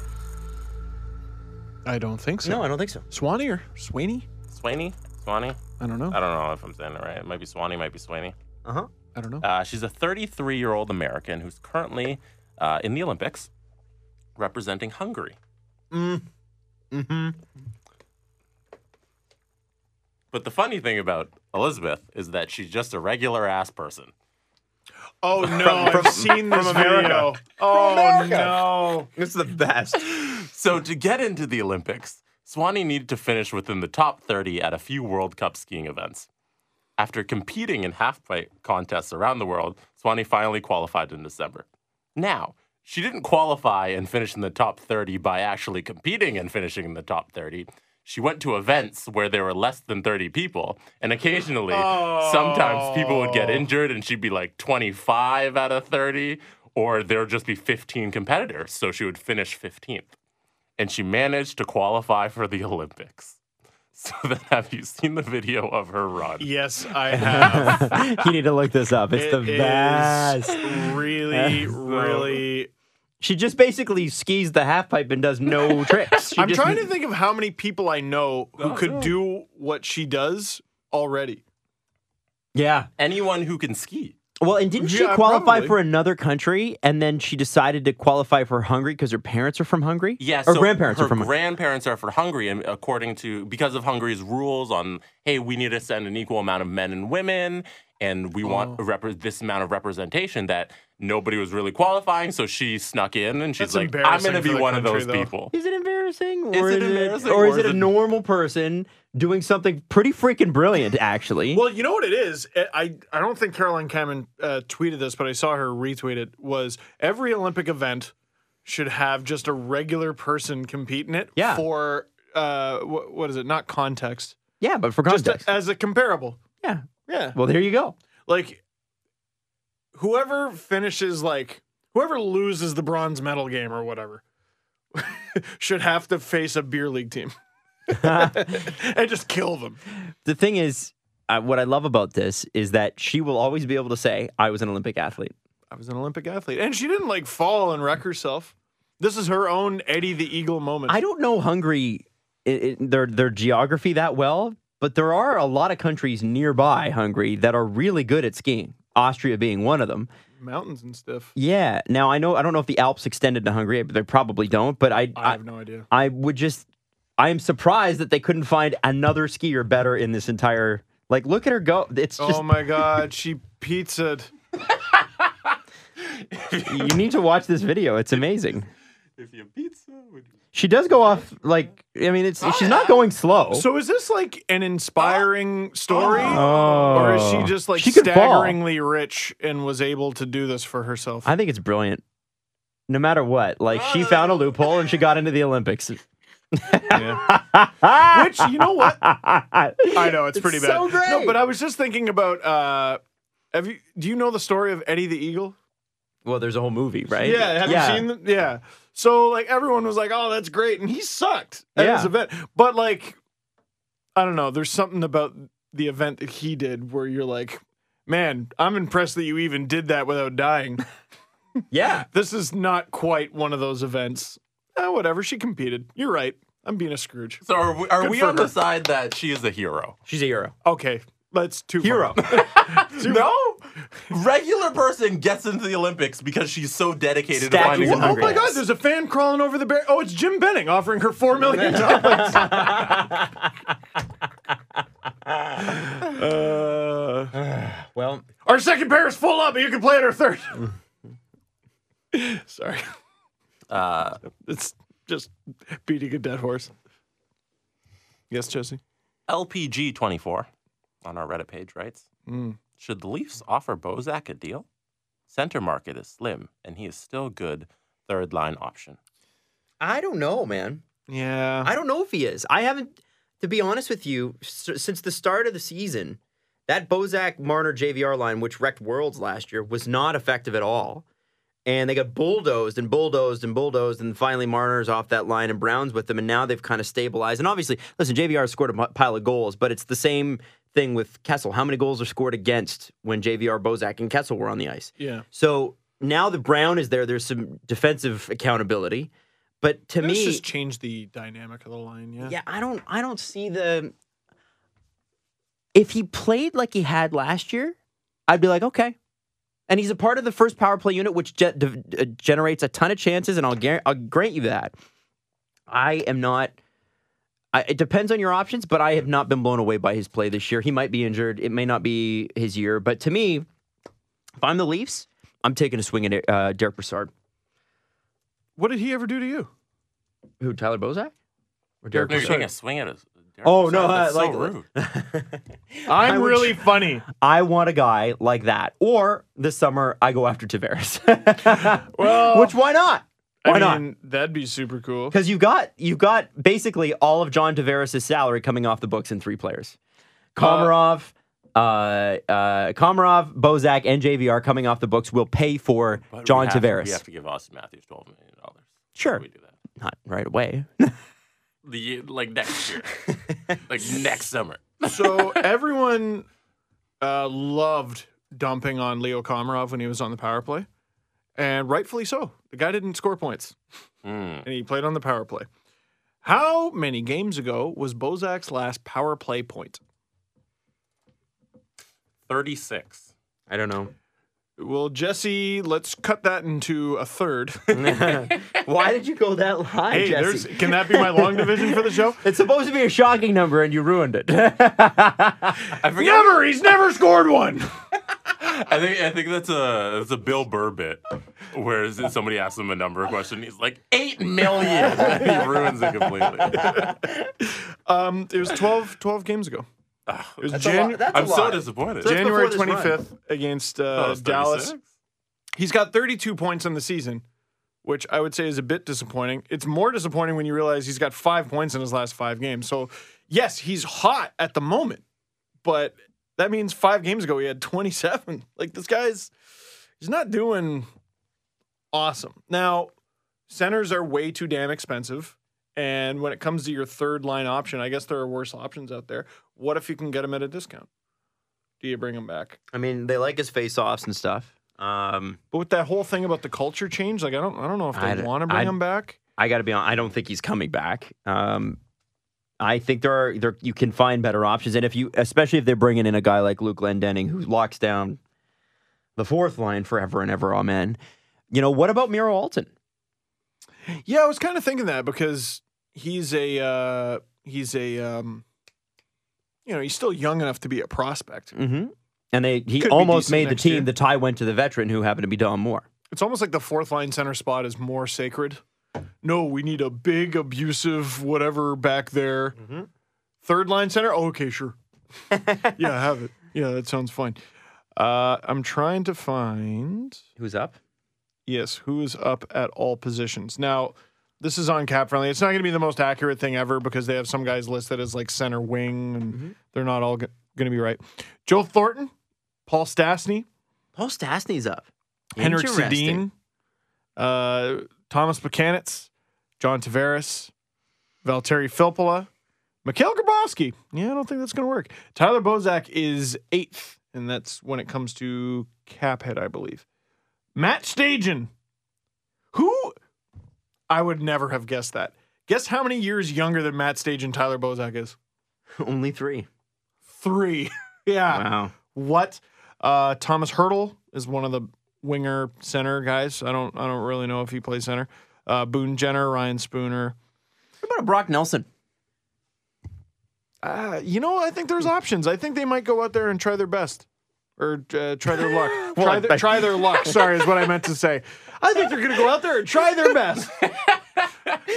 I don't think so. No, I don't think so. Swanee or Swaney? Swanee? Swanee? I don't know. I don't know if I'm saying it right. It might be Swanee, might be Swanee. Uh huh. I don't know. Uh, she's a 33 year old American who's currently uh, in the Olympics representing Hungary. Mm. Mm-hmm. But the funny thing about Elizabeth is that she's just a regular ass person. Oh no! I've seen this video. Oh no! It's the best. So to get into the Olympics, Swanee needed to finish within the top 30 at a few World Cup skiing events. After competing in halfpipe contests around the world, Swanee finally qualified in December. Now, she didn't qualify and finish in the top 30 by actually competing and finishing in the top 30. She went to events where there were less than 30 people, and occasionally, sometimes people would get injured and she'd be like 25 out of 30, or there'd just be 15 competitors, so she would finish 15th and she managed to qualify for the [LAUGHS] Olympics. So then, have you seen the video of her run? Yes, I have. you need to look this up. It's the It is best. Really, really. She just basically skis the half pipe and does no tricks. She I'm just- trying to think of how many people I know who could do what she does already. Yeah. Anyone who can ski. Well, and didn't she Yeah, qualify probably. for another country and then she decided to qualify for Hungary because her parents are from Hungary? Yes, Her grandparents her are from Hungary. grandparents are from Hungary, and according to because of Hungary's rules on hey, we need to send an equal amount of men and women, and we want Oh. a repre- this amount of representation that nobody was really qualifying. So she snuck in, and she's That's like, "I'm going to embarrassing be for the one of country, those though. [LAUGHS] people." Is it embarrassing? Or it embarrassing, or is it a normal person doing something pretty freaking brilliant, actually? Well, you know what it is. Eh, I I don't think Caroline Cameron uh, tweeted this, but I saw her retweet it. Was every Olympic event should have just a regular person compete in it? Yeah. For uh, what, what is it? Not context. yeah, but for Just context. a- as a comparable. yeah. Yeah. Well, there you [LAUGHS] go. [LAUGHS] Like whoever finishes like whoever loses the bronze medal game or whatever [LAUGHS] should have to face a beer league team [LAUGHS] and just kill them. the thing is, uh, what I love about this is that she will always be able to say, I was an Olympic athlete. I was an Olympic athlete. And she didn't like fall and wreck herself. This is her own Eddie the Eagle moment. I don't know Hungary, i i their, their geography that well, but there are a lot of countries nearby Hungary that are really good at skiing, Austria being one of them. Mountains and stuff. Yeah. Now, I know, I don't know if the Alps extended to Hungary, but they probably don't, but I, I I, have no idea. I would just, I am surprised that they couldn't find another skier better in this entire. Like, look at her go. It's just, oh my God, she pizzaed. you need to watch this video. It's amazing. If you pizza, would you- She does go off like I mean it's she's not going slow. So is this like an inspiring story? Oh. Or is she just like She could fall. staggeringly rich and was able to do this for herself? I think it's brilliant. No matter what, like she found a loophole and she got into the Olympics. [LAUGHS] Which you know what? [LAUGHS] I know it's, It's pretty bad. so great. No, but I was just thinking about. Uh, have you? Do you know the story of Eddie the Eagle? well, there's a whole movie, right? Yeah, have you seen? The, yeah. So like everyone was like, "Oh, that's great," and he sucked at Yeah. his event. But like, I don't know. There's something about the event that he did where you're like, "Man, I'm impressed that you even did that without dying." Yeah. this is not quite one of those events. Eh, whatever. She competed. You're right. I'm being a Scrooge. So are we, are Good we for on the her. side that she is a hero? She's a hero. Okay, that's too far. Hero. [LAUGHS] [LAUGHS] No, regular person gets into the Olympics because she's so dedicated Statue to finding of a Wha- oh Hungry my Eyes. God! There's a fan crawling over the bear. Oh, it's Jim Benning offering her four million dollars. Uh, Well, our second pair is full up, but you can play at our third. [LAUGHS] Sorry, Uh, it's just beating a dead horse. Yes, Jesse. LPG twenty four on our Reddit page writes: Mm. Should the Leafs offer Bozak a deal? Center market is slim, and he is still good. third line option. I don't know, man. Yeah. I don't know if he is. I haven't, to be honest with you, s- since the start of the season, that Bozak Marner JVR line, which wrecked worlds last year, was not effective at all. And they got bulldozed and bulldozed and bulldozed, and finally Marner's off that line and Brown's with them, and now they've kind of stabilized. And obviously, listen, JVR scored a pi- pile of goals, but it's the same thing with Kessel. How many goals are scored against when JVR, Bozak, and Kessel were on the ice? yeah. So now that Brown is there, there's some defensive accountability. But to Let's me, just change the dynamic of the line. Yeah. yeah, I don't I don't see the if he played like he had last year, I'd be like, okay. And he's a part of the first power play unit, which ge- de- uh, generates a ton of chances, and I'll, gar- I'll grant you that. I am not. I, it depends on your options, but I have not been blown away by his play this year. He might be injured; it may not be his year. But to me, if I'm the Leafs, I'm taking a swing at uh, Derek Broussard. What did he ever do to you? Who? Tyler Bozak? Or Derek? No, Broussard? you're taking a swing at us. Oh, no, that's I so like- [LAUGHS] rude. I'm would really funny. I want a guy like that. Or this summer, I go after Tavares. [LAUGHS] Well- which why not? Why I not? mean, that'd be super cool. Because you got you got basically all of John Tavares' salary coming off the books in three players: Komarov, uh, uh, Komarov, Bozak, and JVR coming off the books will pay for But we John have to- Tavares. we have to give Austin Matthews twelve million dollars. Sure. we do that Not right away. the year, like [LAUGHS] next year, like next summer. So everyone uh, loved dumping on Leo Komarov when he was on the power play, and rightfully so. The guy didn't score points, Hmm. Mm. and he played on the power play. How many games ago was Bozak's last power play point? Thirty-six. I don't know. Well, Jesse, let's cut that into [LAUGHS] a third. Why did you go that high, hey, there's, Jesse? can that be my long division for [LAUGHS] the show? It's supposed to be a shocking number, and you ruined it. [LAUGHS] I forget. Never! He's never scored one! I think I think that's a that's a Bill Burr bit, where s- somebody asks him a number question, he's like eight million. [LAUGHS] And he ruins it completely. Um, it was 12, 12 games ago. It was Ah, That's a lot- Janu- that's a I'm so lot. disappointed. That's January before this 25th against Oh, uh, it's 36? Dallas. He's got 32 points on the season, which I would say is a bit disappointing. It's more disappointing when you realize he's got five points in his last five games. So, yes, he's hot at the moment, but that means five games ago he had 27. [LAUGHS] Like this guy's, he's not doing awesome. Now, centers are way too damn expensive. And when it comes to your third line option, I guess there are worse options out there. What if you can get him at a discount? Do you bring him back? I mean, they like his face-offs and stuff. Um, But with that whole thing about the culture change, like I don't, I don't know if I they d- want to bring I- him back. I got to be honest. I don't think he's coming back. Um, I think there are there you can find better options, and if you, especially if they're bringing in a guy like Luke Glendening who locks down the fourth line forever and ever, amen. You know what about Miro Alton? Yeah, I was kind of thinking that because he's a, uh, he's a, um, you know, he's still young enough to be a prospect. Mm-hmm. And they he Could be almost decent made the next team. year. The tie went to the veteran who happened to be Don Moore. It's almost like the fourth line center spot is more sacred. No, we need a big abusive whatever back there. Third line center. Oh, okay, sure. yeah, have it. Yeah, that sounds fine. Uh, I'm trying to find. Who's up? Yes, who is up at all positions. Now, this is on cap friendly. It's not going to be the most accurate thing ever because they have some guys listed as like center wing and they're not all going to be right. Joe Thornton, Paul Stastny, Paul Stastny's up. Henrik Interesting. Sedin, uh, Thomas Buchanitz, John Tavares, Valteri Filppula, Mikhail Grabowski. Yeah, I don't think that's going to work. Tyler Bozak is eighth, and that's when it comes to cap hit, I believe. Matt Stajan, who I would never have guessed that. Guess how many years younger than Matt Stajan Tyler Bozak is? [LAUGHS] Only three. Three. [LAUGHS] yeah Wow. what uh, Thomas Hurdle is one of the winger center guys. I don't I don't really know if he plays center. Uh, Boone Jenner, Ryan Spooner. What about a Brock Nelson? Uh, you know, I think there's options. I think they might go out there and try their best. Or uh, try their [LAUGHS] luck. try, their, try their luck. Sorry, is what I meant to say. I think they're going to go out there and try their best. [LAUGHS]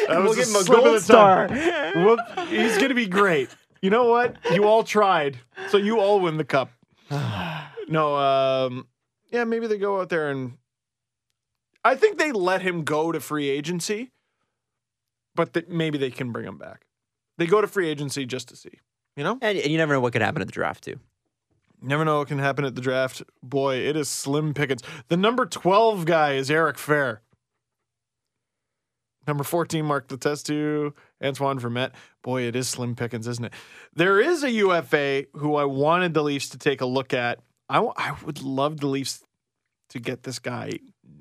That was give him a slip of gold the tongue. Whoop, [LAUGHS] he's going to be great. You know what? You all tried, so you all win the cup. [SIGHS] No, um, yeah, maybe they go out there and I think they let him go to free agency, but that maybe they can bring him back. They go to free agency just to see. You know, And, and you never know what could happen at the draft, too. never know what can happen at the draft. Boy, it is slim pickings. The number twelve guy is Eric Fair. Number fourteen, Mark Letestu, Antoine Vermette. Boy, it is slim pickings, isn't it? There is a UFA who I wanted the Leafs to take a look at. I wa- I would love the Leafs to get this guy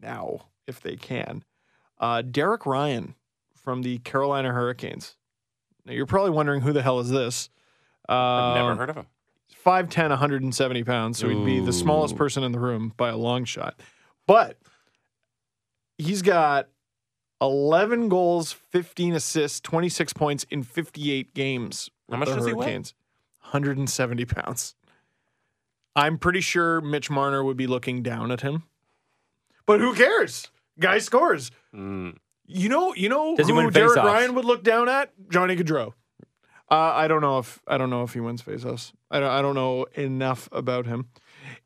now if they can. Uh, Derek Ryan from the Carolina Hurricanes. Now you're probably wondering who the hell is this? Uh, I've never heard of him. 5'10, 170 pounds. So he'd be the smallest Ooh. person in the room by a long shot. But he's got 11 goals, 15 assists, 26 points in 58 games. How with much the does he weigh? Hurricanes. 170 pounds. I'm pretty sure Mitch Marner would be looking down at him. But who cares? Guy scores. Mm, You know, you know Does he who win Derek faceoffs? Ryan would look down at? Johnny Gaudreau. Uh, I don't know if I don't know if he wins faceoffs. I don't, I don't know enough about him.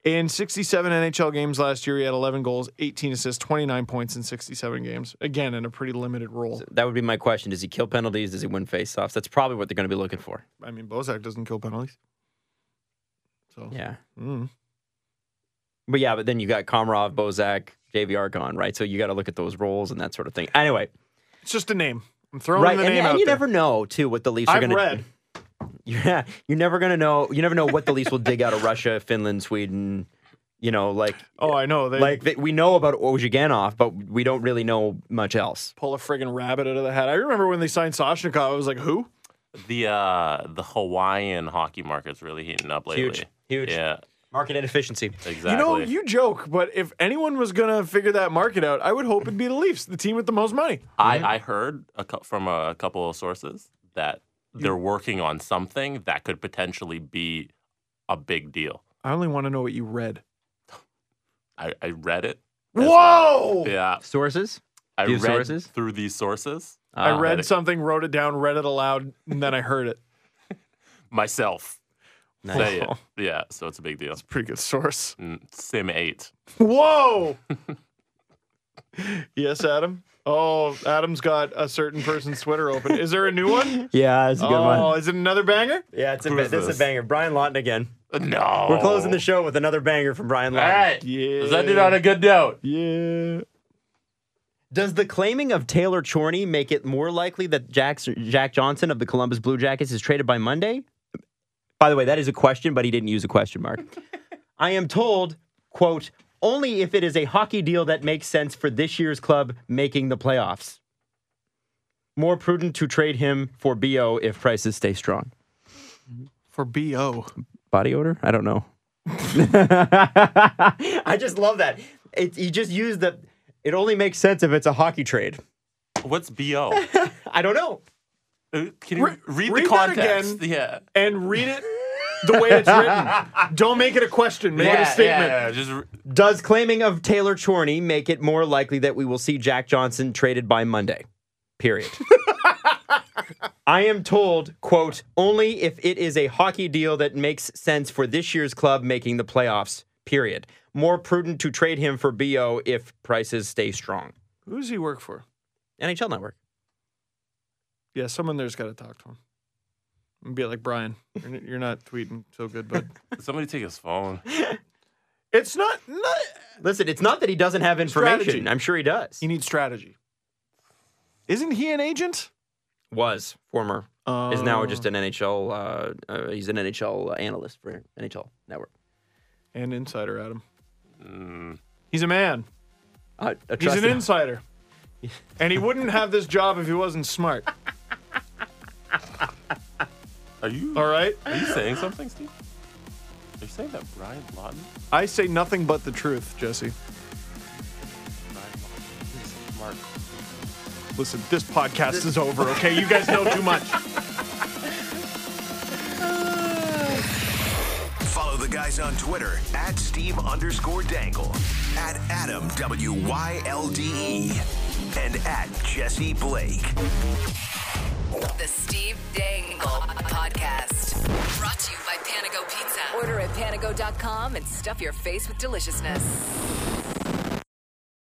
In 67 NHL games last year, he had 11 goals, 18 assists, 29 points in 67 games. Again, in a pretty limited role. That would be my question. Does he kill penalties? Does he win faceoffs? That's probably what they're going to be looking for. I mean, Bozak doesn't kill penalties. So, Yeah. mm. But yeah, but then you got Komarov, Bozak, JVR gone, right? So you got to look at those roles and that sort of thing. Anyway, it's just a name. I'm throwing right, the and, name and out you there. never know too what the Leafs are I've going to. read. [LAUGHS] Yeah, you're never going to know. You never know what the Leafs will dig out of Russia, Finland, Sweden. You know, like Oh, I know. They like they, we know about Ozhiganov, but we don't really know much else. pull a friggin' rabbit out of the hat. I remember when they signed Soshnikov. I was like, who? the uh, the Hawaiian hockey market's really heating up lately. Huge, huge. Yeah, Market inefficiency. exactly. You know, you joke, but if anyone was gonna figure that market out, I would hope it'd be the Leafs, the team with the most money. I, I heard a cou- from a couple of sources that they're working on something that could potentially be a big deal. I only want to know what you read. I, I read it. as well. Whoa! Yeah, Sources. I These read sources? through these sources I Ah. read it- something, wrote it down, read it aloud, and then I heard it. myself. Nice. Say it. Wow. Yeah, so it's a big deal. It's a [LAUGHS] pretty good source. Mm, Sim eight. Whoa! [LAUGHS] yes, Adam. Oh, Adam's got a certain person's Twitter open. Is there a new [LAUGHS] one? [LAUGHS] Yeah, it's a good oh, one. is it another banger? Yeah, it's a, Who ba- is this is this? a banger. Brian Lawton again. Uh, No, We're closing the show with another banger from Brian All Lawton. right. Yeah. Let's end it on a good note. Yeah. Does the claiming of Taylor Chorney make it more likely that Jack, Jack Johnson of the Columbus Blue Jackets is traded by Monday? By the way, that is a question, but he didn't use a question mark. I am told, quote, only if it is a hockey deal that makes sense for this year's club making the playoffs. More prudent to trade him for BO if prices stay strong. For BO. Body odor? I don't know. [LAUGHS] I just love that. It, he just used the, it only makes sense if it's a hockey trade. What's [LAUGHS] bo? I don't know. Uh, Can you Re- read, read the that context? again. Yeah. And read it the way it's written. [LAUGHS] Don't make it a question, make it a statement. yeah, just re- Does claiming of Taylor Chorney make it more likely that we will see Jack Johnson traded by Monday? [LAUGHS] Period. I am told, quote, only if it is a hockey deal that makes sense for this year's club making the playoffs, period. More prudent to trade him for BO if prices stay strong. Who does he work for? NHL Network. Yeah, someone there's got to talk to him and be like, Brian, you're, n- you're not tweeting so good, but somebody take his phone. [LAUGHS] it's not, not. Listen, it's not that he doesn't have information. Strategy. I'm sure he does. He needs strategy. Isn't he an agent? was former, Uh, is now just an NHL, uh, uh, he's an NHL analyst for NHL Network. an insider, Adam. He's a man. Uh, a He's an trusted- insider. and he wouldn't have this job if he wasn't smart. Are you All right? are you saying something, Steve? Are you saying that Brian Lawton? I say nothing but the truth, Jesse. Brian Lawton is smart. Listen, this podcast is over, okay? You guys know too much. Follow the guys on Twitter at Steve underscore Dangle, at Adam W Y L D E, and at Jesse Blake. The Steve Dangle Podcast. Brought to you by Panago Pizza. Order at panago.com and stuff your face with deliciousness.